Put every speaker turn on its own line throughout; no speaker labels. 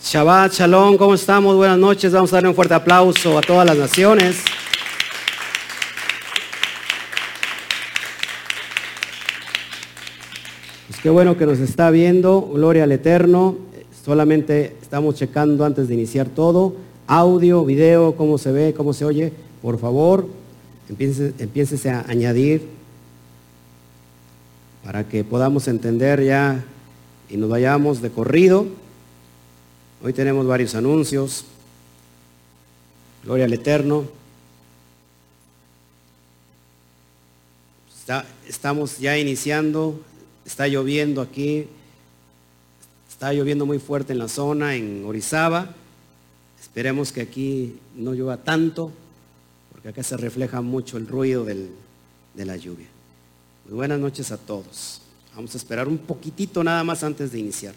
Shabbat, Shalom, ¿cómo estamos? Buenas noches. Vamos a darle un fuerte aplauso a todas las naciones. Pues qué bueno que nos está viendo. Gloria al Eterno. Solamente estamos checando antes de iniciar todo. Audio, video, cómo se ve, cómo se oye. Por favor, empiece- empiécese a añadir para que podamos entender ya y nos vayamos de corrido. Hoy tenemos varios anuncios. Gloria al Eterno. Está- estamos ya iniciando, está lloviendo aquí, está lloviendo muy fuerte en la zona, en Orizaba. Esperemos que aquí no llueva tanto, porque acá se refleja mucho el ruido del- de la lluvia. Muy buenas noches a todos. Vamos a esperar un poquitito nada más antes de iniciar.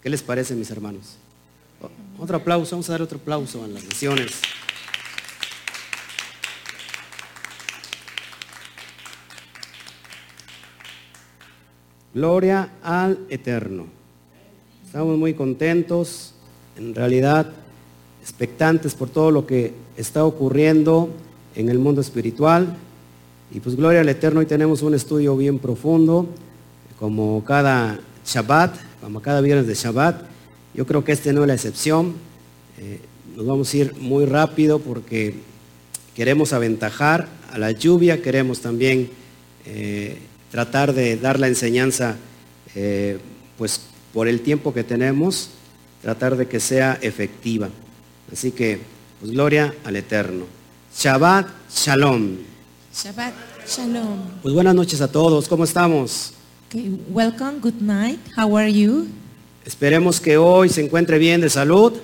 ¿Qué les parece, mis hermanos? O- Otro aplauso, vamos a dar otro aplauso a las naciones. Gloria al Eterno. Estamos muy contentos, en realidad expectantes por todo lo que está ocurriendo en el mundo espiritual. Y pues gloria al Eterno, hoy tenemos un estudio bien profundo, como cada Shabbat, como cada viernes de Shabbat. Yo creo que este no es la excepción. Eh, nos vamos a ir muy rápido porque queremos aventajar a la lluvia, queremos también eh, tratar de dar la enseñanza, eh, pues por el tiempo que tenemos, tratar de que sea efectiva. Así que, pues gloria al Eterno. Shabbat, shalom.
Shabbat Shalom.
Pues buenas noches a todos, ¿cómo estamos?
Okay, welcome. Good night. How are you?
Esperemos que hoy se encuentre bien de salud.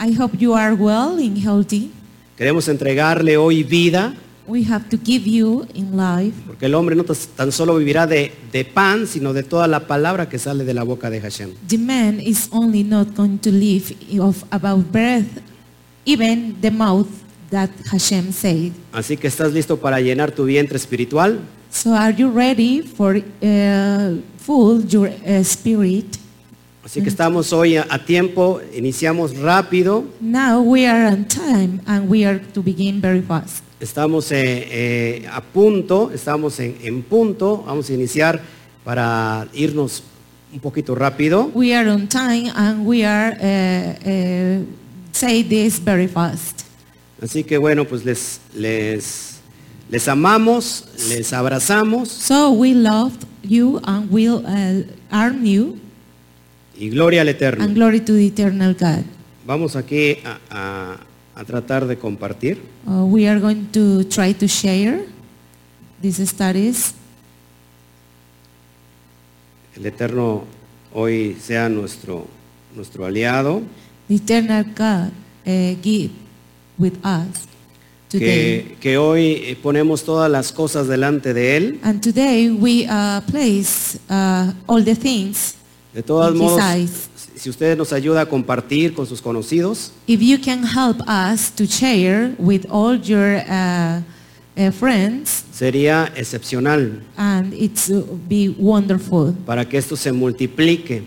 I hope you are well and healthy.
Queremos entregarle hoy vida,
We have to give you in life
porque el hombre no tas- tan solo vivirá de, de pan, sino de toda la palabra que sale de la boca de Hashem.
The man is only not going to live of about breath, even the mouth that Hashem said.
Así que estás listo para llenar tu vientre espiritual.
So are you ready for uh, full your uh, spirit?
Así que estamos hoy a, a tiempo, iniciamos rápido,
Now we are on time and we are to begin very fast.
estamos eh, eh, a punto, estamos en, en punto, vamos a iniciar para irnos un poquito rápido.
We are on time and we are uh, uh, say this very fast.
Así que bueno, pues les, les, les amamos, les abrazamos
So we love you and will uh, arm you
y gloria al
and
Eterno.
glory to the eternal God.
Vamos aquí a, a- a tratar de compartir.
Uh, we are going to try to share these studies.
El Eterno hoy sea nuestro, nuestro aliado,
The eternal God uh, give with us today.
que, que hoy eh, ponemos todas las cosas delante de Él.
And today we uh, place uh, all the things.
De todos
Thank you,
modos,
Sais.
si- si usted nos ayuda a compartir con sus conocidos,
If you can help us to share with all your uh, uh, friends,
sería excepcional
and it's uh, be wonderful.
para que esto se multiplique.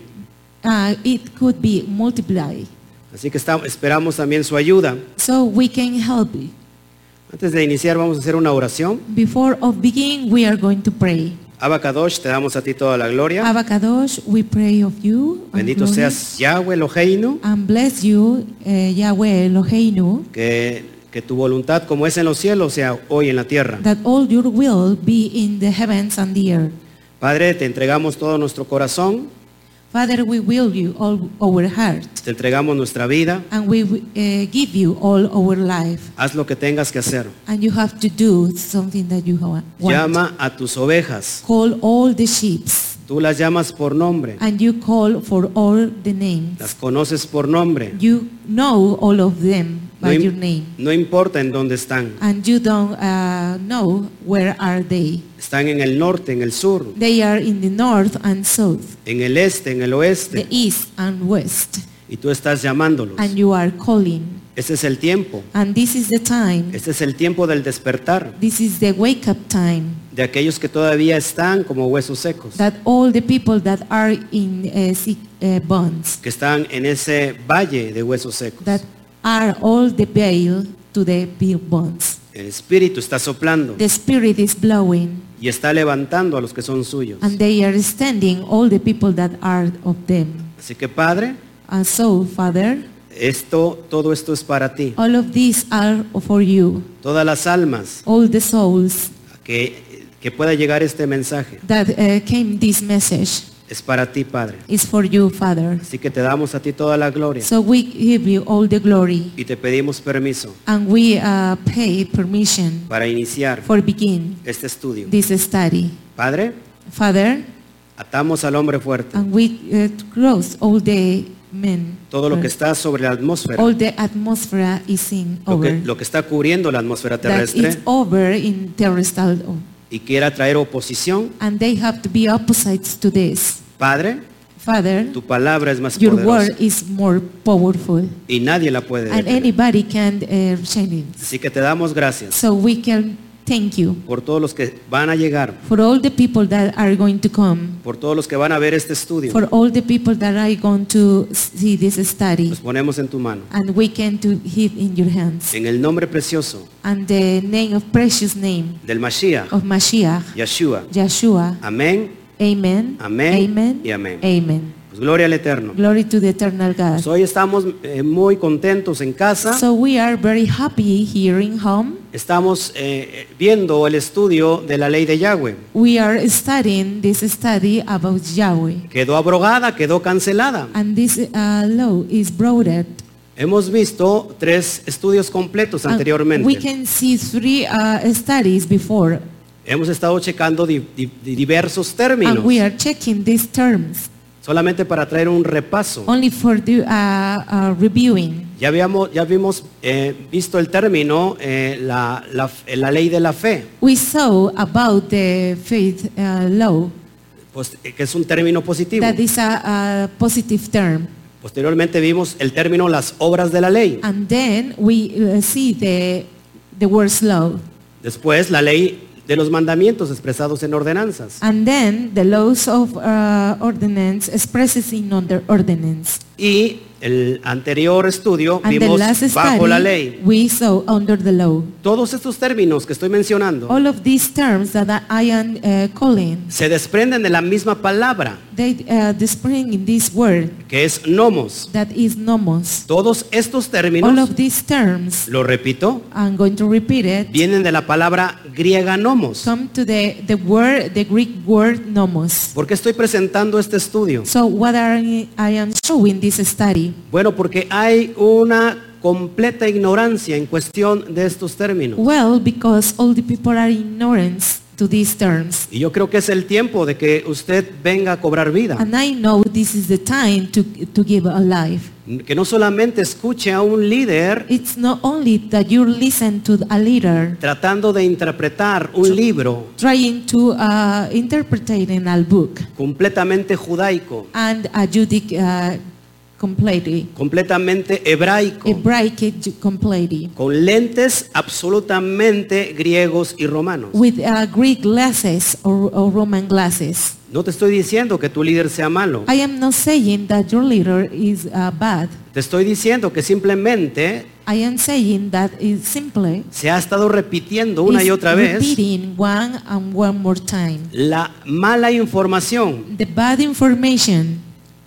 Uh, it could be multiplied.
Así que está- esperamos también su ayuda.
So we can help you.
Antes de iniciar vamos a hacer una oración.
Before of begin, we are going to pray.
Abacadosh, te damos a ti toda la gloria.
Abba Kadosh, we pray of you. and
Bendito
glory,
seas Yahweh Eloheinu,
And bless you, eh, Yahweh Eloheinu,
que, que tu voluntad como es en los cielos sea hoy en la tierra.
that all your will be in the heavens and the earth.
Padre, te entregamos todo nuestro corazón,
Father, we will you all our heart,
te entregamos nuestra vida.
and we eh, give you all our life.
Haz lo que tengas que hacer.
And you have to do something that you ha- want.
Llama a tus ovejas.
Call all the sheeps,
Tú las llamas por nombre,
and you call for all the names.
las conoces por nombre.
You know all of them
No,
by
im-
your name,
no importa en dónde están.
and you don't uh, know where are they.
Están en el norte, en el sur,
They are in the north and south,
en el este, en el
the
oeste.
east and west,
Y tú estás llamándolos.
and you are calling.
Ese es el tiempo.
And this is the time.
Este es el tiempo del despertar
This is the wake up time
de aquellos que todavía están como huesos secos,
that all the people that are in uh, sick uh, bonds,
que están en ese valle de huesos secos.
that are all the bail to the bill bonds.
El Espíritu está soplando
The spirit is blowing
y está levantando a los que son suyos.
and they are standing all the people that are of them.
Así que Padre,
And so, Father,
esto, todo esto es para ti.
all of these are for you.
Todas las almas
All the souls
que, que pueda llegar este mensaje
that uh, came this message
es para ti, Padre.
is for you, Father.
Así que te damos a ti toda la gloria
So we give you all the glory
y te pedimos permiso
and we uh, pay permission
para iniciar
for begin
este estudio.
this study.
Padre,
Father,
atamos al hombre fuerte.
and we uh, cross all the men.
Todo lo que está sobre la atmósfera,
all the atmosphere is in
lo
over.
que, lo que está cubriendo la atmósfera
that it's
terrestre
over in terrestrial. o-
y quiera traer oposición,
And they have to be opposites to this.
Padre,
Father,
tu palabra es más
your
poderosa
word is more powerful
y nadie la puede
and
detener.
anybody can uh, change it.
Así que te damos gracias
So we can thank you
por todos los que van a llegar,
for all the people that are going to come,
por todos los que van a ver este estudio.
for all the people that are going to see this study,
Los ponemos en tu mano.
and we can to it in your hands.
En el nombre precioso
And the name of precious name
del Mashiach,
of Mashiach,
Yeshua.
Oh, Yeshua.
Amén.
Amen.
Amén
Amen.
y amén.
Amen.
Pues gloria al Eterno.
Glory to the eternal God.
Pues hoy estamos eh, muy contentos en casa.
So we are very happy here in home.
Estamos eh, viendo el estudio de la ley de Yahweh.
We are studying this study about Yahweh.
Quedó abrogada, quedó cancelada.
And this uh, law is broadened.
Hemos visto tres estudios completos
And Ah, We
anteriormente.
can see three uh, studies before.
Hemos estado checando di- di- di- diversos términos,
And Ah, we are checking these terms
solamente para traer un repaso.
only for the uh, uh, reviewing.
Ya, habíamos, ya habíamos eh, visto el término, eh, la, la- la ley de la fe,
We saw about the faith uh, law.
pues, eh, que es un término positivo.
That is a, a positive term.
Posteriormente vimos el término las obras de la ley.
And then we uh, see the, the word law.
Después la ley de los mandamientos expresados en ordenanzas.
And then the laws of uh, ordinance expresses in under ordinance.
Y el anterior estudio
And the
vimos
last
bajo la
study
ley.
we saw under the law.
Todos estos términos que estoy mencionando
All of these terms that I am uh, calling,
se desprenden de la misma palabra
they uh, they spring in this word
que es nomos.
that is nomos.
Todos estos
All of
términos,
these terms,
lo repito,
I'm going to repeat it,
vienen de la palabra griega nomos.
come to the, the word, the Greek word nomos.
¿Por qué estoy presentando este estudio?
So what are I I am showing this study?
Bueno, porque hay una completa ignorancia en cuestión de estos términos.
Well, because all the people are ignorant to these terms.
Y yo creo que es el tiempo de que usted venga a cobrar vida.
And I know this is the time to, to give a life.
Que no solamente escuche a un líder
It's not only that you listen to a leader
tratando de interpretar un libro
trying to uh, interpret it in a book
completamente judaico,
and adjudic uh, completely,
completamente hebraico,
break it completely
con lentes absolutamente griegos y romanos.
with uh, Greek glasses or, or Roman glasses.
No te estoy diciendo que tu líder sea malo.
I am not saying that your leader is uh, bad.
Te estoy diciendo que simplemente
I am saying that it's simply
se ha estado repitiendo una
is
y otra vez
repeating one and one more time.
la mala información
The bad information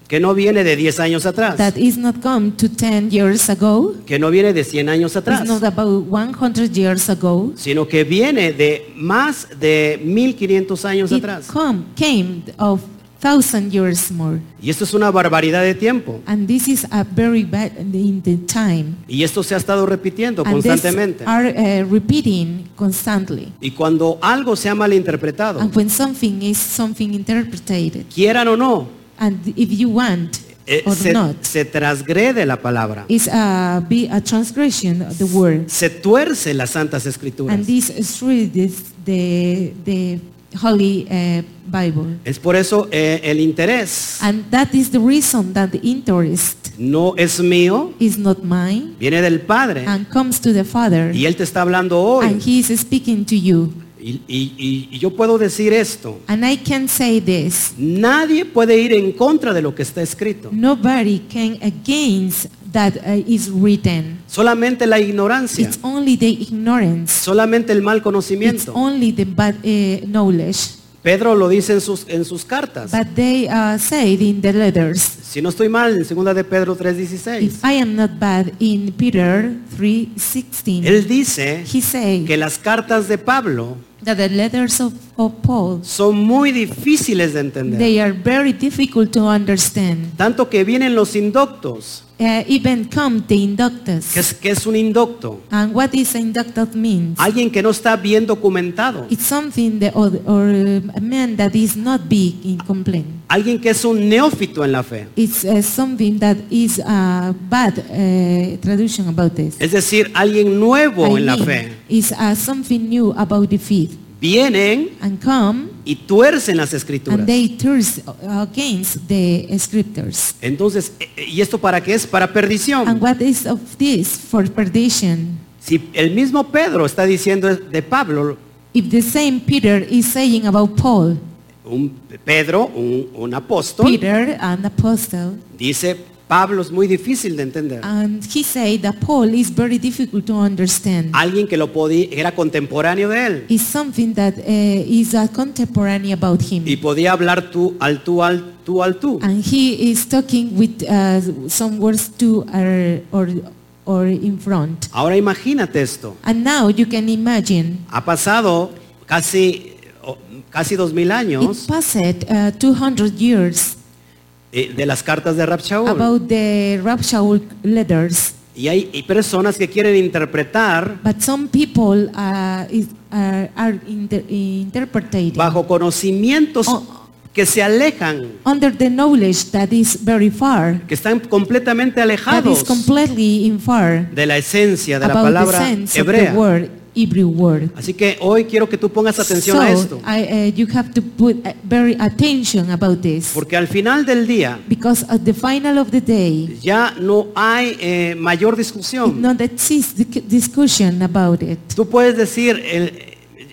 que no viene de 10 años atrás,
that is not come to 10 years ago,
que no viene de 100 años
it's
atrás.
not about 100 years ago,
sino que viene de más de 1500 años
it
atrás.
come, came of 1,000 years more.
Y esto es una barbaridad de tiempo.
And this is a very bad in the time.
Y esto se ha estado repitiendo
And these
constantemente.
are uh, repeating constantly.
Y cuando algo se ha malinterpretado,
And when something is something interpreted,
quieran o no,
and if you want
eh,
or
se,
not,
se transgrede la palabra.
it's a, be a transgression of the word.
Se tuerce las santas escrituras.
And this is really this, the, the Holy uh, Bible.
Es por eso eh, el interés
And that is the reason that the interest
no es mío,
is not mine
viene del Padre.
and comes to the Father.
Y Él te está hablando hoy.
And he is speaking to you.
Y, y- y- y yo puedo decir esto.
And I can say this.
Nadie puede ir en contra de lo que está escrito.
Mm. Nobody can against that uh, is written.
Solamente la ignorancia.
It's only the ignorance.
Solamente el mal
It's
conocimiento.
only the bad uh, knowledge.
Pedro lo dice en sus, en sus cartas.
But they uh, said in the letters.
Si no estoy mal, en 2 de Pedro 3:16.
If I am not bad in Peter 3:16,
Él dice
he
que
said
las cartas de Pablo
that the letters of, of Paul
son muy difíciles de entender.
they are very difficult to understand.
Tanto que vienen los inductos.
Uh, even come the
¿Qué
inductus.
es, qué es un inducto?
And what is inductus means?
Alguien que no está bien documentado.
It's something that or, or um, a man that is not big in complaint.
Alguien que es un neófito en la fe.
It's uh, something that is a bad uh, tradition about this.
Es decir, alguien nuevo en la fe.
it's uh, something new about the faith.
Vienen
And come
y tuercen las
and
escrituras.
they thirst against the scriptures.
Entonces, e- e- ¿y esto para qué es? Para
And
perdición.
what is of this for perdition?
Si el mismo Pedro está diciendo es- de Pablo,
If the same Peter is saying about Paul,
un Pedro, un, un apóstol,
Peter, an apostle,
dice, Pablo es muy difícil de entender.
and he said that Paul is very difficult to understand.
Alguien que lo podía, era contemporáneo de él
is something that uh, is a contemporary about him.
y podía hablar tú al tú al tú al tú.
and he is talking with uh, some words to or, or, or in front.
Ahora imagínate esto.
And now you can imagine
Ha pasado casi o- casi dos mil
it
años
passed uh, 200 years
eh, de las cartas de Rab Shaul.
about the Rab Shaul letters,
y hay y personas que quieren interpretar
but some people uh, is, are, are inter- interpreting
bajo conocimientos
Oh.
que se alejan,
under the knowledge that is very far,
que están completamente
that is
alejados
completely in far
de la esencia de la
about the
palabra
sense of the
hebrea.
word, Hebrew word.
Así que hoy quiero que tú pongas atención
so,
a esto,
I, uh, you have to put uh, very attention about this.
porque al final del día
Because at the final of the day,
ya no hay eh, mayor
it
discusión.
not exists dic- discussion about it.
Tú puedes decir, el-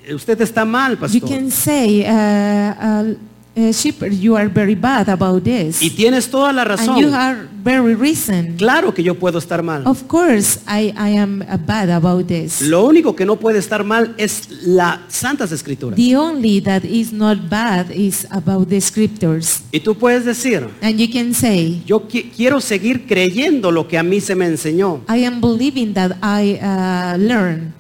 eh, usted está mal,
You
pastor,
can say, uh, uh, uh, shepherd, you are very bad about this.
y tienes toda la
and you
razón.
are very reason.
Claro que yo puedo estar mal.
Of course, I, I am uh, bad about this.
Lo único que no puede estar mal es las santas escrituras.
The only that is not bad is about the scriptures.
Y tú puedes decir,
And you can say,
yo qui- quiero seguir creyendo lo que a mí se me enseñó.
I am believing that I uh, learn.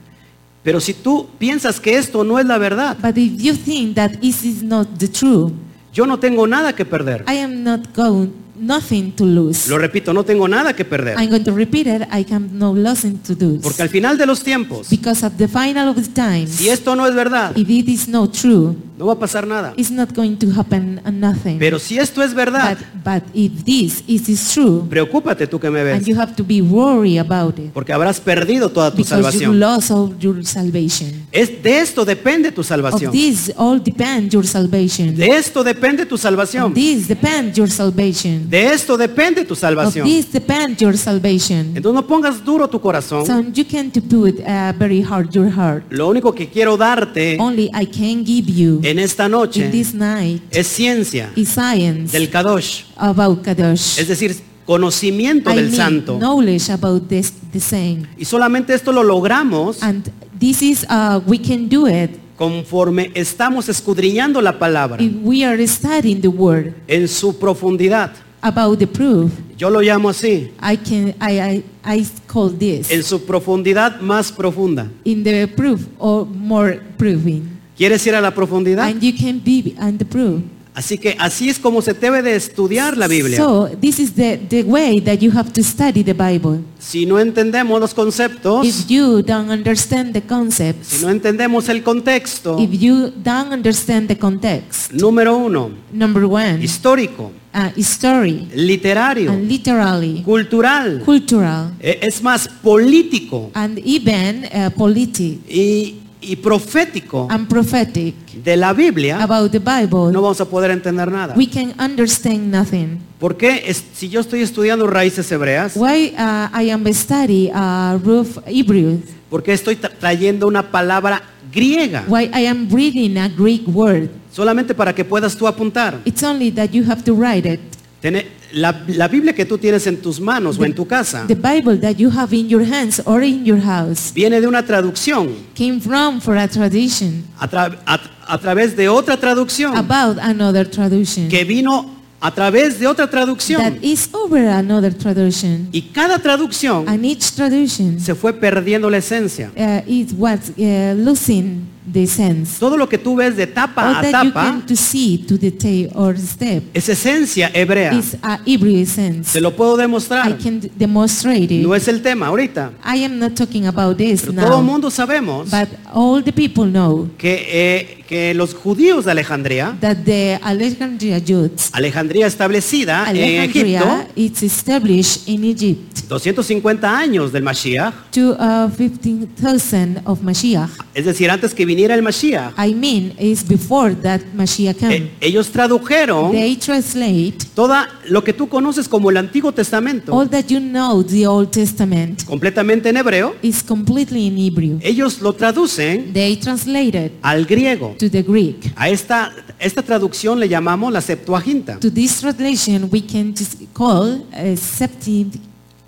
Pero si tú piensas que esto no es la verdad,
But if you think that this is not the truth,
yo no tengo nada que perder.
I am not going nothing to lose.
Lo repito, no tengo nada que perder.
I'm going to repeat it. I can no nothing to lose.
Porque al final de los tiempos,
Because at the final of the times,
si esto no es verdad,
if it is not true,
no va a pasar nada.
it's not going to happen uh, nothing.
Pero si esto es verdad,
but, but if this is, is true,
preocúpate tú que me
and
ves,
you have to be worried about it,
porque habrás perdido toda tu
because you
salvación.
lost all your salvation.
Es de esto depende tu
Of
salvación.
this all depend your salvation.
De esto depende tu
Of
salvación.
this depend your salvation.
De esto depende tu
Of
salvación.
this depend your salvation.
Entonces no pongas duro tu corazón.
So you can't put uh, very hard your heart.
Lo único que quiero darte
Only I can give you
en esta
in
noche
this night
es ciencia
is science
del Kadosh,
about Kadosh.
es decir, conocimiento
I
del
mean
santo.
knowledge about this the same.
Y solamente esto lo logramos
And this is uh, we can do it
conforme estamos escudriñando la palabra
if we are studying the word
en su profundidad.
about the proof.
Yo lo llamo así,
I can I I, I call this
en su profundidad más profunda.
in the proof or more proving.
¿Quieres ir a la profundidad?
And you can be and the proof.
Así que así es como se debe de estudiar la Biblia.
So this is the, the way that you have to study the Bible.
Si no entendemos los conceptos,
If you don't understand the concepts,
si no entendemos el contexto,
If you don't understand the context,
número uno,
number one,
histórico,
uh, is story and
literario,
literally,
cultural,
cultural,
e- es más político
and even uh, politic.
y, y, y profético
and prophetic
de la Biblia,
about the
no
Bible,
vamos a poder entender nada.
we can understand nothing.
¿Por qué? Es- si yo estoy estudiando raíces hebreas,
Why uh, I am study uh, roof Hebrew?
¿por qué estoy tra- trayendo una palabra griega?
Why I am reading a Greek word?
Solamente para que puedas tú apuntar.
It's only that you have to write it.
Tener- la, la Biblia que tú tienes en tus manos o en tu casa
The Bible that you have in your hands or in your house
viene de una traducción
came from for a tradition
a, tra- a- a través de otra traducción
about another tradition
que vino a través de otra
that
traducción.
is over another tradition.
Y cada traducción
And each tradition
se fue perdiendo la esencia.
uh, it was uh, losing the sense.
Todo lo que tú ves de tapa
All
a
Oh, that you
tapa
can to see to detail or step
es esencia hebrea.
is a Hebrew sense.
Se lo puedo
I
demostrar.
can demonstrate it.
No es el tema ahorita.
I am not talking about this
Pero todo el
now,
mundo sabemos
but all the people know
que, eh, que los judíos de Alejandría,
that the Alexandria Jews,
Alejandría establecida en
Alexandria,
Ah, eh, Egipto,
it's established in Egypt
250 años del Mashiach,
to uh, 15,000 of Mashiach.
es decir, antes que viniera el Mashiach,
I mean, it's before that Mashiach
eh, oh.
came.
ellos tradujeron
They translate
toda lo que tú conoces como el Antiguo Testamento,
all that you know, the Old Testament,
completamente en hebreo,
is completely in Hebrew.
ellos lo traducen
They translated
al griego.
to the Greek.
A esta, esta traducción le llamamos la Septuaginta.
To this translation, we can just call uh, Septuagint.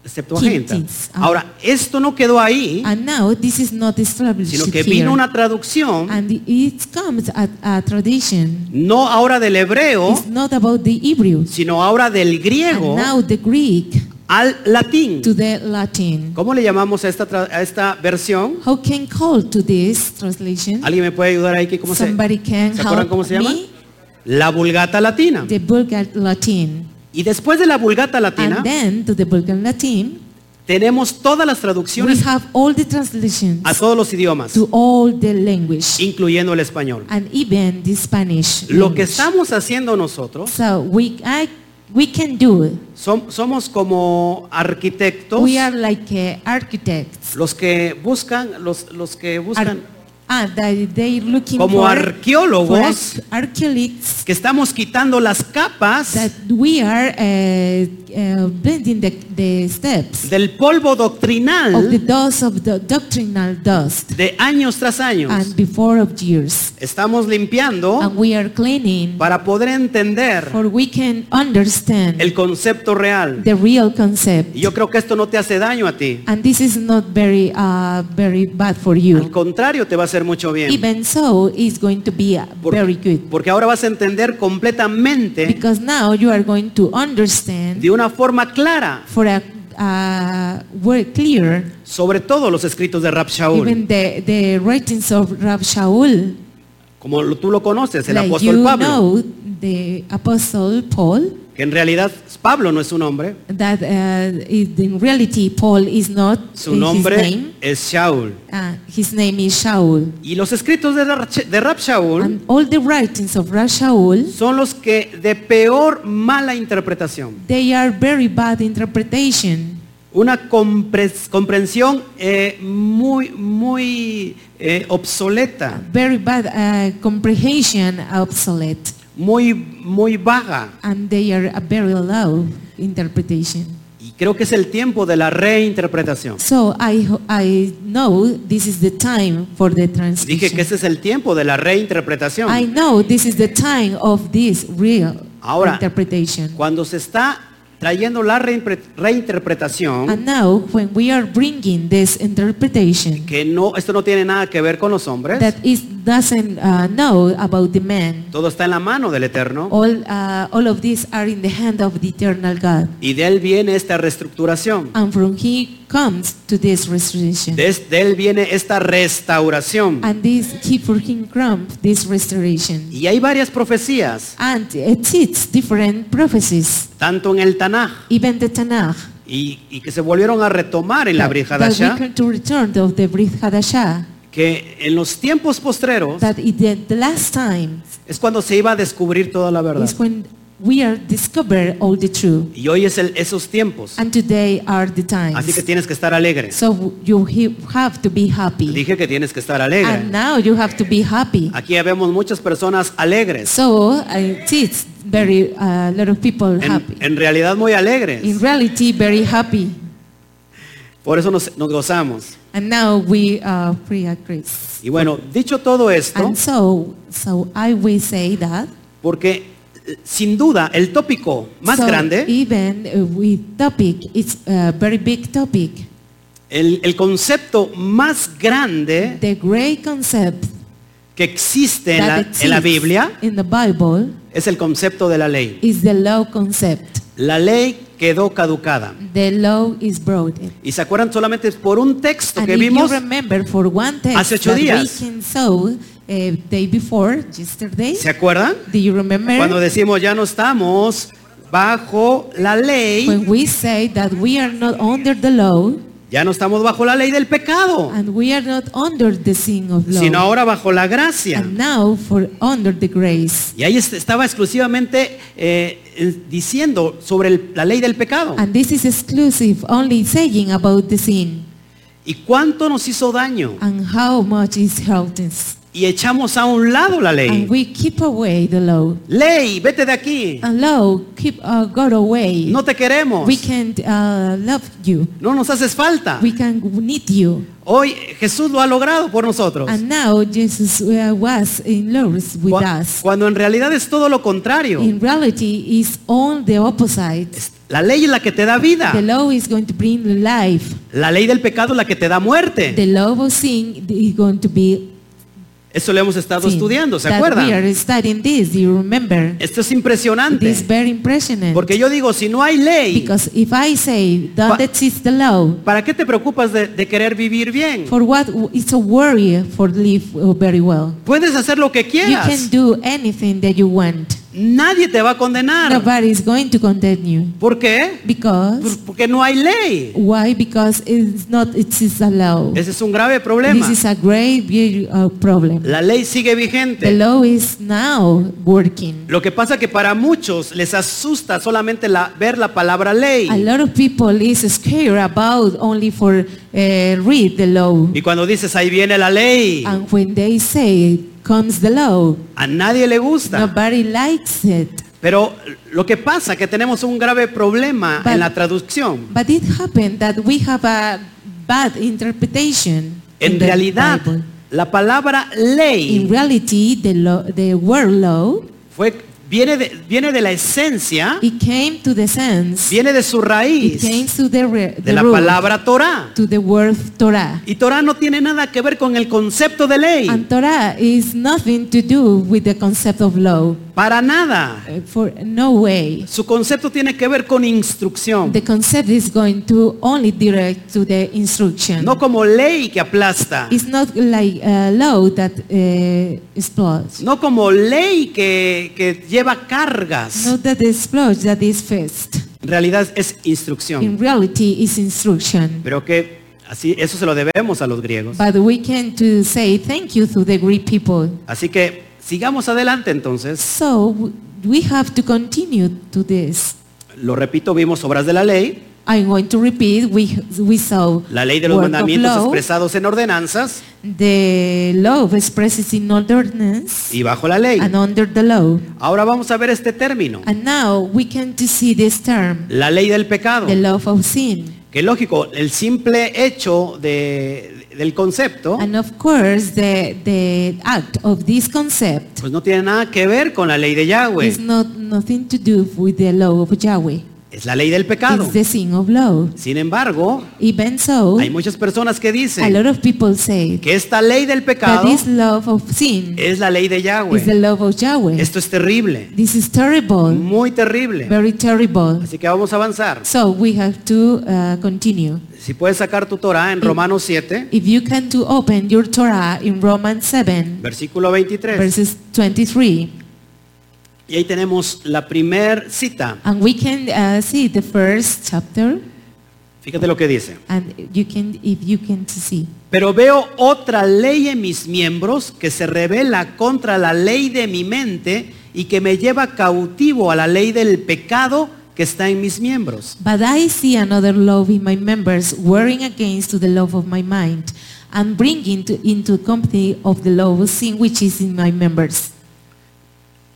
Septuaginta.
Quintis, ah.
Ahora, esto no quedó ahí,
And now this is not established
Eh? sino que
here.
vino una traducción,
And it comes at a tradition.
no ahora del hebreo,
It's not about the Hebrews.
sino ahora del griego
And now the Greek
al latín.
to the Latin.
¿Cómo le llamamos a esta, tra- a esta versión?
How can call to this translation?
¿Alguien me puede ayudar ahí? que ¿Cómo se,
Somebody can
¿se acuerdan
help
cómo se llama?
me?
La Vulgata Latina.
The Vulgate Latin.
Y después de la Vulgata Latina,
And then to the Vulgate Latin,
tenemos todas las
we
traducciones
have all the translations
a todos los idiomas,
to all the language
incluyendo el español.
and even the Spanish.
Lo que
language.
estamos haciendo nosotros,
so we I, we can do.
som- somos como arquitectos,
We are like uh, architects.
los que buscan, los, los que buscan,
Ar- ah, they, they looking
como
for,
arqueólogos,
for ar- archaeologists
que estamos quitando las capas
that we are uh, uh, blending the, the steps
del polvo
of the
doctrinal
dust of the doctrinal dust
de años tras años.
and before of years.
Estamos limpiando
And we are cleaning
para poder entender
for we can understand
el concepto real.
the real concept.
Y yo creo que esto no te hace daño a ti.
And this is not very, uh, very bad for
Al
you.
contrario, te va a hacer mucho bien.
Even so, it's going to be uh, very
Porque,
good.
porque ahora vas a entender completamente,
Because now you are going to understand
de una forma clara,
for a uh, were clear
sobre todo los escritos de Rab Shaul,
even the, the writings of Rab Shaul
como lo- tú lo conoces, el
like
apóstol
you
Pablo,
know the apostle Paul
que en realidad Pablo no es un hombre,
that uh, is- in reality Paul is not
su
his
nombre
name
es Shaul.
Uh, his name is Shaul
Y los escritos de, Rab- de Rab Shaul
and all the writings of Rab Shaul
son los que de peor mala interpretación,
they are very bad interpretation
una compres- comprensión eh, muy, muy eh, obsoleta,
very bad uh, comprehension obsolete
muy, muy vaga.
and they are a very low interpretation
Y creo que es el tiempo de la reinterpretación.
So I, ho- I know this is the time for the
Dije que
translation.
ese es el tiempo de la
I
reinterpretación.
know this is the time of this real
Ahora.
interpretation.
Cuando se está trayendo la reinpre- reinterpretación,
And now when we are bringing this interpretation
que no, esto no tiene nada que ver con los hombres,
that it doesn't uh, know about the man,
todo está en la mano del Eterno,
all, uh, all of these are in the hand of the eternal God.
y de él viene esta reestructuración,
And from he comes to this restoration.
de, es- de él viene esta restauración.
And this he for him comes this restoration.
Y hay varias profecías,
And it teaches different prophecies,
tanto en el Tanaj,
even the Tanakh.
y, y que se volvieron a retomar en la Brit
that we
Hadashah,
can to return of the Brit Hadashah,
que en los tiempos postreros
that it, the, the last time
es cuando se iba a descubrir toda la verdad.
is when we are discover all the truth.
Y hoy es el- esos tiempos.
And today are the
Así que
times.
tienes que estar alegre.
So you he- have to be happy.
Dije que eh, tienes que estar alegre.
And now you have to be happy.
Aquí vemos muchas personas alegres.
So I see it's very a lot of people
En,
happy.
en realidad muy
In
alegres.
reality, very happy.
Por eso nos, nos gozamos.
And now we are free at grace.
Y bueno, dicho todo esto,
And so, so I will say that.
porque eh, sin duda el tópico más
so
grande,
Even uh, with topic, it's a very big topic.
el, el concepto más grande
The great concept
que existe en la,
that
en la
exists
Biblia
in the Bible
es el concepto de la ley.
is the law concept.
La ley quedó caducada.
The law is broadened.
Y se acuerdan solamente por un texto
And
que
if
vimos,
you remember for one text
hace ocho
that
días.
we can saw eh, day before, yesterday,
¿se acuerdan?
do you remember?
Cuando decimos ya no estamos bajo la ley,
when we say that we are not under the law
ya no estamos bajo la ley del pecado,
and we are not under the sin of law
sino ahora bajo la gracia.
and now for under the grace
Y ahí est- estaba exclusivamente eh, eh, diciendo sobre el- la ley del pecado.
and this is exclusive only saying about the sin
¿Y cuánto nos hizo daño?
and how much is helped us
Y echamos a un lado la
and
ley.
Ah, we keep away the law
Ley, vete de aquí.
and law keep uh, God away
No te queremos.
we can uh, love you
No nos haces falta.
we can need you
Hoy eh, Jesús lo ha logrado por nosotros.
and now Jesus uh, was in love with
Cu-
us
Cuando en realidad es todo lo contrario.
in reality is all the opposite
Es- La ley es la que te da vida.
The law is going to bring life.
La ley del pecado es la que te da muerte.
The law of sin is going to be
Eso lo hemos estado
sin.
estudiando, ¿se
That We
acuerdan?
are studying this, you remember.
Esto es
It is
impresionante.
very impressionant.
Porque yo digo, si no hay ley,
Because if I say
Pa-
that exists the law,
¿Para qué te preocupas de, de querer vivir bien?
for what it's a worry for live uh, very well.
Puedes hacer lo que
You can
quieras.
do anything that you want.
Nadie te va a condenar.
Nobody is going to condemn you.
¿Por qué?
Because
Por- Porque no hay ley.
why? Because it's not exists a law.
Ese es un grave problema.
This is a great big, uh, problem.
La ley sigue
The
vigente.
law is now working.
Lo que pasa que para muchos les asusta solamente la- ver la palabra
A
ley.
lot of people is scared about only for uh, read the law,
Y cuando dices, ahí viene la ley,
and when they say comes the law,
a nadie le gusta.
nobody likes it.
Pero lo que pasa que tenemos un grave problema en la traducción.
But it happened that we have a bad interpretation. in
En
the
realidad,
Bible.
la palabra
in
ley
reality, the law, the word law,
fue, viene, de, viene de la esencia,
it came to the sense.
viene de su
It came
raíz,
to the, re,
de
the
la
root,
palabra Torah.
to the word Torah.
Y Torah no tiene nada que ver con el concepto de ley,
And Torah is nothing to do with the concept of law.
para nada.
Uh, For no way.
Su concepto tiene que ver con instrucción,
The concept is going to only direct to the instruction.
no como ley que aplasta,
It's not like a law that uh, explodes.
no como ley que, que lleva cargas.
Not that explodes, that is first.
En realidad es
In
instrucción,
reality, it's instruction.
pero que así eso se lo debemos a los griegos.
But we can to say thank you to the Greek people.
Así que sigamos adelante entonces.
So w- we have to continue to this.
Lo repito, vimos obras de la ley,
I'm going to repeat. We we saw
la ley de los
work of
mandamientos
law,
expresados en ordenanzas
the law expresses in ordinance
y bajo la ley.
and under the law.
Ahora vamos a ver este término,
And now we can to see this term,
la ley del pecado.
the love of sin.
Que lógico, el simple hecho de- del concepto,
And of course, the, the act of this concept
pues no tiene nada que ver con la ley de Yahweh.
is not nothing to do with the law of Yahweh.
Es la ley del pecado.
It's the sin of law.
Sin embargo,
Even so,
hay muchas personas que
a
dicen
lot of people say
que esta ley del
that
pecado
this love of sin
es la ley de
is the
Yahweh.
love of Yahweh.
Esto es terrible,
This is terrible,
muy terrible.
very terrible.
Así que vamos a avanzar.
So we have to uh, continue.
Si puedes sacar tu Torah en Romanos 7,
If you can to open your Torah in Romans 7,
versículo 23.
verses 23.
Y ahí tenemos la primer cita.
And we can uh, see the first chapter,
Fíjate lo que dice.
and you can, if you can see.
Pero veo otra ley en mis miembros que se revela contra la ley de mi mente y que me lleva cautivo a la ley del pecado que está en mis miembros.
But I see another love in my members, warring against to the love of my mind, and bringing to, into company of the love of sin which is in my members.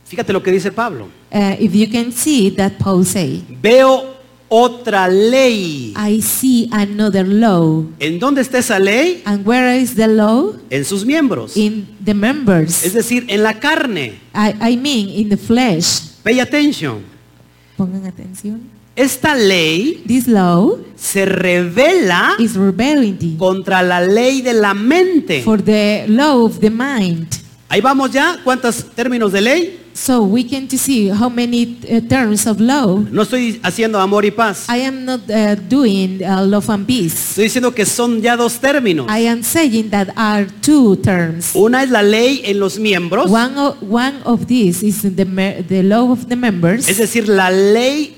Fíjate lo que dice Pablo.
Uh, if you can see that Paul say,
Veo otra ley.
I see another law.
¿En dónde está esa ley?
And where is the law?
En sus miembros.
In the members.
Es decir, en la carne.
I, I mean, in the flesh.
Pay attention.
Pongan atención.
Esta ley
This law
se revela
is rebellion
contra la ley de la mente.
for the law of the mind.
Ahí vamos ya. ¿Cuántos términos de ley?
So we can to see how many uh, terms of law.
No estoy haciendo amor y paz.
I am not uh, doing uh, love and peace.
Estoy diciendo que son ya dos términos.
I am saying that are two terms.
Una es la ley en los miembros,
One of, one of these is the, me- the law of the members.
es decir, la ley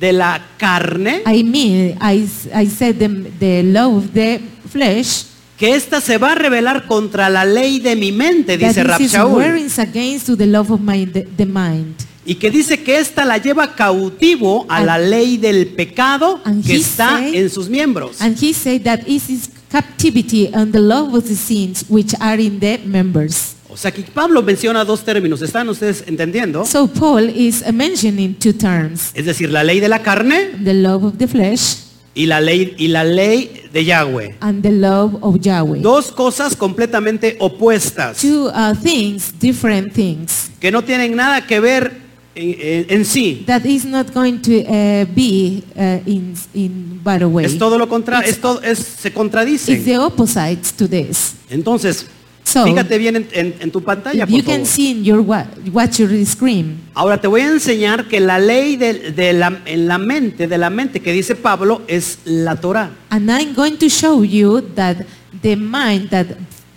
de la carne,
I mean, I, I said the, the law of the flesh.
que esta se va a rebelar contra la ley de mi mente, dice
that this is
Rapshaul.
warring against to the love of my, the, the mind.
Y que dice que esta la lleva cautivo a
And-
la ley del pecado
And
que
he
está
said-
en sus miembros.
And he said that it is captivity and the love of the sins which are in the members.
O sea que Pablo menciona dos términos, ¿están ustedes entendiendo?
So Paul is uh, mentioning two terms,
Es decir, la ley de la carne
the love of the flesh
y la ley, y la ley de Yahweh.
and the love of Yahweh.
Dos cosas completamente opuestas.
Two uh, things, different things,
que no tienen nada que ver en, en- en sí.
that is not going to uh, be uh, in, in better way.
Es todo lo contrario,
It's-
es todo- es- se
It's
contradicen.
the opposite to this.
Entonces,
So,
fíjate bien en, en- en tu pantalla,
If
por
you
favor.
can see in your wa- watch your screen,
Ahora te voy a enseñar que la ley de, de la, en la mente, de la mente que dice Pablo, es la Torah.
and I'm going to show you that the mind that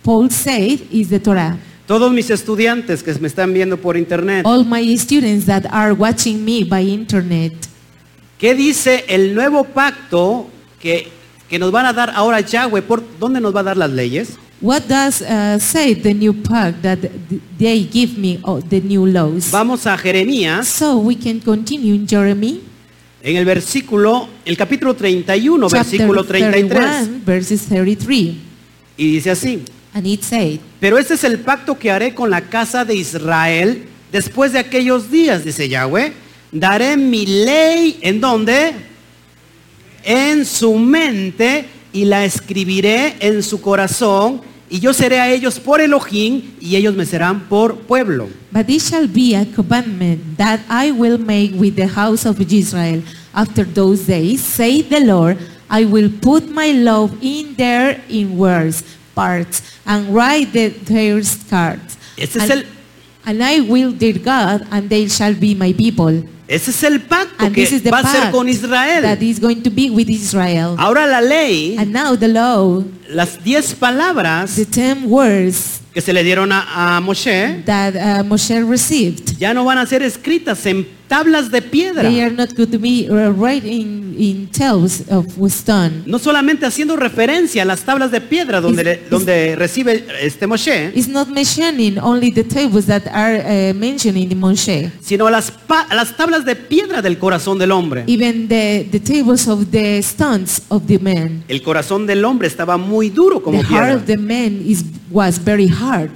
Paul said is the Torah.
Todos mis estudiantes que me están viendo por internet,
All my students that are watching me by internet,
¿qué dice el nuevo pacto que, que nos van a dar ahora Yahweh? ¿Por dónde nos va a dar las leyes?
what does uh, say the new pact that th- they give me oh, the new laws?
Vamos a Jeremías
So we can continue in Jeremy
En el versículo, el capítulo 31, versículo 33,
31 verses 33
y dice así,
and it said
pero este es el pacto que haré con la casa de Israel después de aquellos días, dice Yahweh, daré mi ley, ¿en dónde? En su mente y la escribiré en su corazón y yo seré a ellos por Elohim y ellos me serán por pueblo.
But this shall be a commandment that I will make with the house of Israel after those days, say the Lord, I will put my love in their inwards parts and write the, their scars.
Ese es
and,
el-
and I will their God, and they shall be my people.
Ese es el pacto
And this is
que
the
va a ser
pact
con
that
Israel.
is going to be with Israel.
Ahora la ley,
And now the law,
las diez palabras
the ten words
que se le dieron a, a Moshe
that uh, Moshe received,
ya no van a ser escritas en tablas de piedra.
they are not going to be uh, right in, in tales of stone.
No solamente haciendo referencia a las tablas de piedra donde,
Is-
le-
is-
donde recibe este Moshe,
It's not mentioning only the tables that are uh, mentioned in Moshe,
sino a las, pa- a las tablas de piedra del corazón del hombre.
even the, the tables of the stones of the man.
El corazón del hombre estaba muy duro
The
como
heart
piedra.
of the man is, was very hard,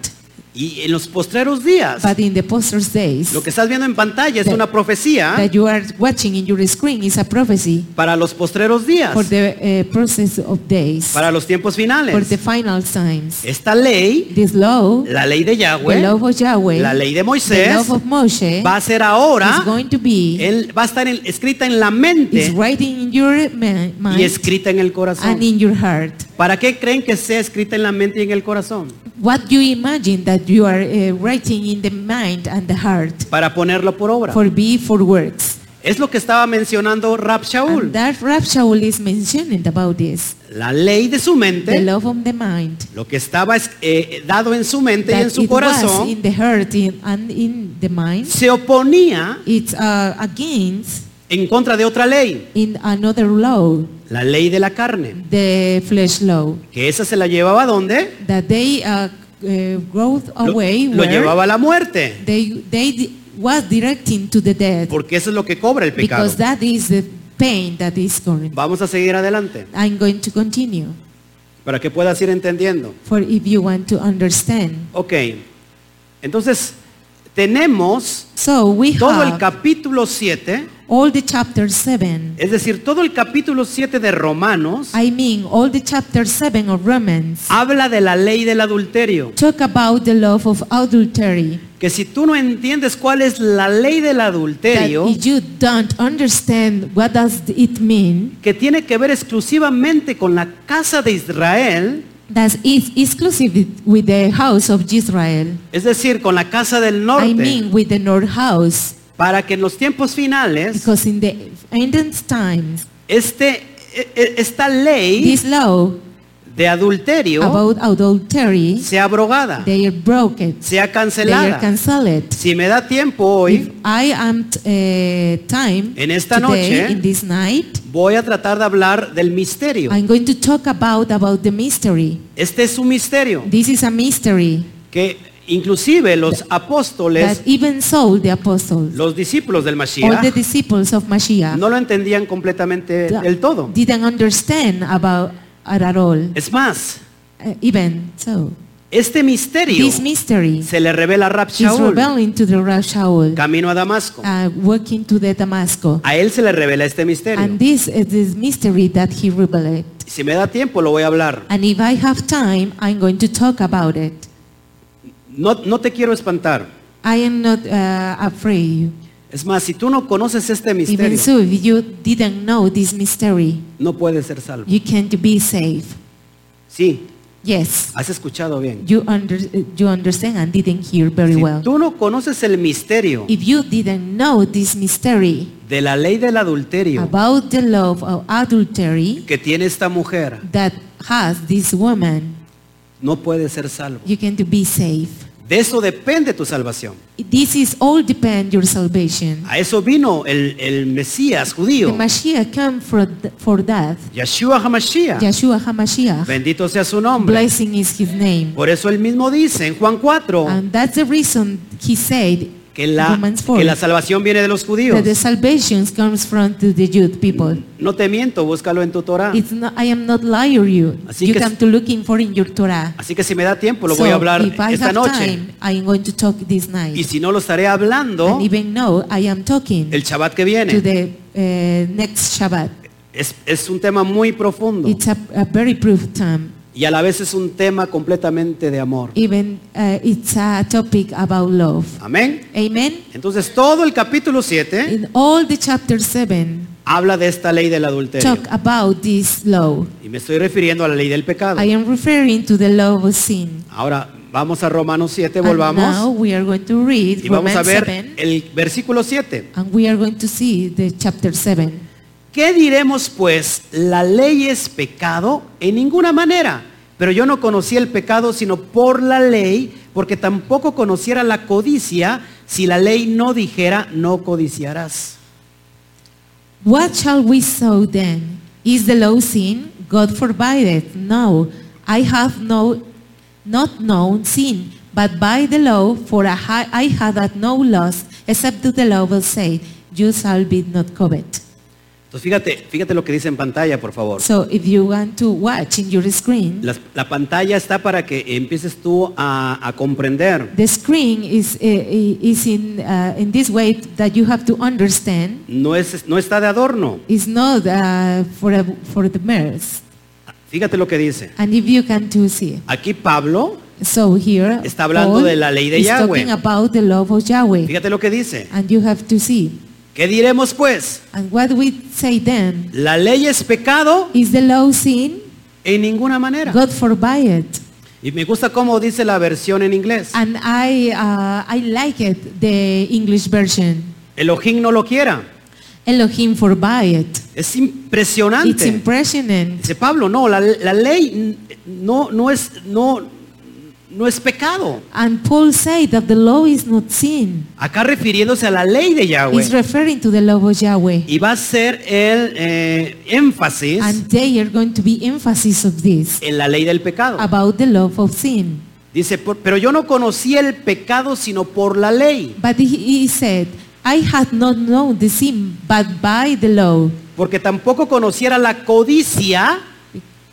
Y en los postreros días,
but in the posters days
lo que estás viendo en pantalla es
That-
una profecía
that you are watching in your screen is a prophecy
para los postreros días,
for the uh, process of days,
para los tiempos
for the
finales.
final times.
Esta ley,
This law,
la ley de
the
Yahweh,
love of Yahweh,
la ley de
the
Moisés,
love of Moshe,
va a ser ahora
is going to be
Él va a estar en- escrita en la
is
mente
writing in your ma-
y
mind
escrita en el
and
corazón.
in your heart.
¿Para qué creen que sea escrita en la mente y en el corazón?
What you imagine that you are uh, writing in the mind and the heart
Para ponerlo por obra.
for be for works.
Es lo que estaba mencionando Rab Shaul.
And that Rab Shaul is mentioning about this.
La ley de su
The
mente,
love of the mind.
lo que estaba es- eh, dado en su mente y
That
en su
it was
corazón,
in the heart in- and in the mind.
se oponía
It's uh, against
en contra de otra ley,
in another law,
la ley de la carne.
the flesh law,
Que esa se la llevaba a dónde?
that they uh, uh, growth
Lo,
away
lo
where
llevaba a la muerte.
they they was directing to the death
porque eso es lo que cobra el pecado.
because that is the pain that is going.
Vamos a seguir adelante
I'm going to continue
para que puedas ir entendiendo.
for if you want to understand.
Ok, entonces tenemos
So we
todo el
have
capítulo 7,
all the chapter 7.
es decir, todo el capítulo 7 de Romanos
I mean all the chapter 7 of Romans
habla de la ley del adulterio.
talk about the love of adultery.
Que si tú no entiendes cuál es la ley del
That
adulterio,
if you don't understand what does it mean,
que tiene que ver exclusivamente con la casa de Israel,
that is exclusive with the house of Israel.
es decir, con la casa del
I
norte,
mean with the North House,
para que en los tiempos finales,
because in the ancient times,
este, e- e- esta ley
this law
de adulterio
about adultery,
sea abrogada,
they are broken,
sea
they are
cancelada.
cancelled.
Si me da tiempo
If
hoy,
I am uh, time
En esta
today,
noche,
in this night,
voy a tratar de hablar del misterio.
I'm going to talk about about the mystery.
Este es un misterio
This is a mystery
que inclusive los apóstoles,
that even so the apostles,
los discípulos del
all the
Mashiach,
disciples of Mashiach,
no lo entendían completamente
da-
del todo.
didn't understand about at all.
Es más,
Uh, even so,
este misterio
this mystery
se le revela a Rab
is
Shaul,
rebelling to the Rav Shaul,
camino a Damasco.
uh, walking to the Damasco,
A él se le revela este misterio.
and this is this mystery that he revealed.
Si me da tiempo lo voy a hablar.
And if I have time, I'm going to talk about it.
No, no te quiero espantar.
I am not uh, afraid.
Es más, si tú no conoces este
Even
misterio,
so, if you didn't know this mystery,
no puedes ser salvo.
you can't be safe.
Sí,
Yes,
has escuchado bien.
you under you understand and didn't hear very
Si
well.
tú no conoces el misterio
If you didn't know this mystery
de la ley del adulterio
about the love of adultery
que tiene esta mujer,
that has this woman,
no puedes ser salvo.
you can't be safe.
De eso depende tu salvación.
This is all depend your salvation.
A eso vino el, el Mesías
The
judío,
Mashiach came for, th- for that.
Yeshua HaMashiach.
Yeshua HaMashiach.
Bendito sea su nombre.
Blessing is his name.
Por eso él mismo dice en Juan 4
And that's the reason he said
que la,
Romans
que
4
la salvación viene de los judíos.
that the salvation comes from to the Jude people.
No te miento, búscalo en tu Torah.
It's not, I am not liar you.
Ah. Así
You
que-
come to looking for in your Torah.
Así que si me da tiempo lo
So,
voy a hablar
if I
esta
have
noche.
time, I am going to talk this
Y
night.
si no lo estaré hablando
And even now, I am talking
el Shabbat que
to
viene.
the uh, next Shabbat.
Es, es un tema muy profundo
It's a, a very proof time.
y a la vez es un tema completamente de amor.
Even uh, it's a topic about love.
Amén.
Amen.
Entonces todo el capítulo 7
In all the chapter 7
habla de esta ley del adulterio.
talk about this law.
Y me estoy refiriendo a la ley del pecado.
I am referring to the love of sin.
Ahora vamos a Romanos 7,
And now
volvamos
we are going to read
y vamos a
Romans
ver
7
el versículo 7.
and we are going to see the chapter 7.
¿Qué diremos pues? La ley es pecado en ninguna manera. Pero yo no conocí el pecado sino por la ley, porque tampoco conociera la codicia si la ley no dijera no codiciarás.
What shall we sow then? Is the law sin? God forbid it. No, I have no, not known sin, but by the law, for a hi- I had at no loss, except to the law will say, you shall be not covet.
Entonces fíjate, fíjate lo que dice en pantalla, por favor.
So if you want to watch in your screen,
Las- La, pantalla está para que empieces tú a, a comprender.
the screen is, eh, eh, is in, uh, in this way that you have to understand.
No, es, no está de adorno.
It's not uh, for, a, for the mirrors.
Fíjate lo que dice.
And if you can to see.
Aquí Pablo,
So here,
Está hablando
Paul
de la ley de
is
Yahweh.
talking about the love of Yahweh.
fíjate lo que dice.
And you have to see.
¿Qué diremos pues?
And what we say then
La ley es pecado
is the law sin?
en ninguna manera.
God forbid it.
Y me gusta cómo dice la versión en inglés.
And I, uh, I like it, the English version.
Elohim no lo quiera.
Elohim forbid it.
Es
It's
impresionante.
impressionant.
Dice Pablo, no, la, la ley n- no, no, es, no, no es pecado.
And Paul said that the law is not sin.
Acá refiriéndose a la ley de
It's
Yahweh.
referring to the law of Yahweh.
Y va a ser el eh, énfasis
And they are going to be emphasis of this Ah.
en la ley del pecado.
about the love of sin.
Dice, "Por- pero yo no conocí el pecado sino por la ley,
But he he said, I had not known the sin but by the law,
porque tampoco conociera la codicia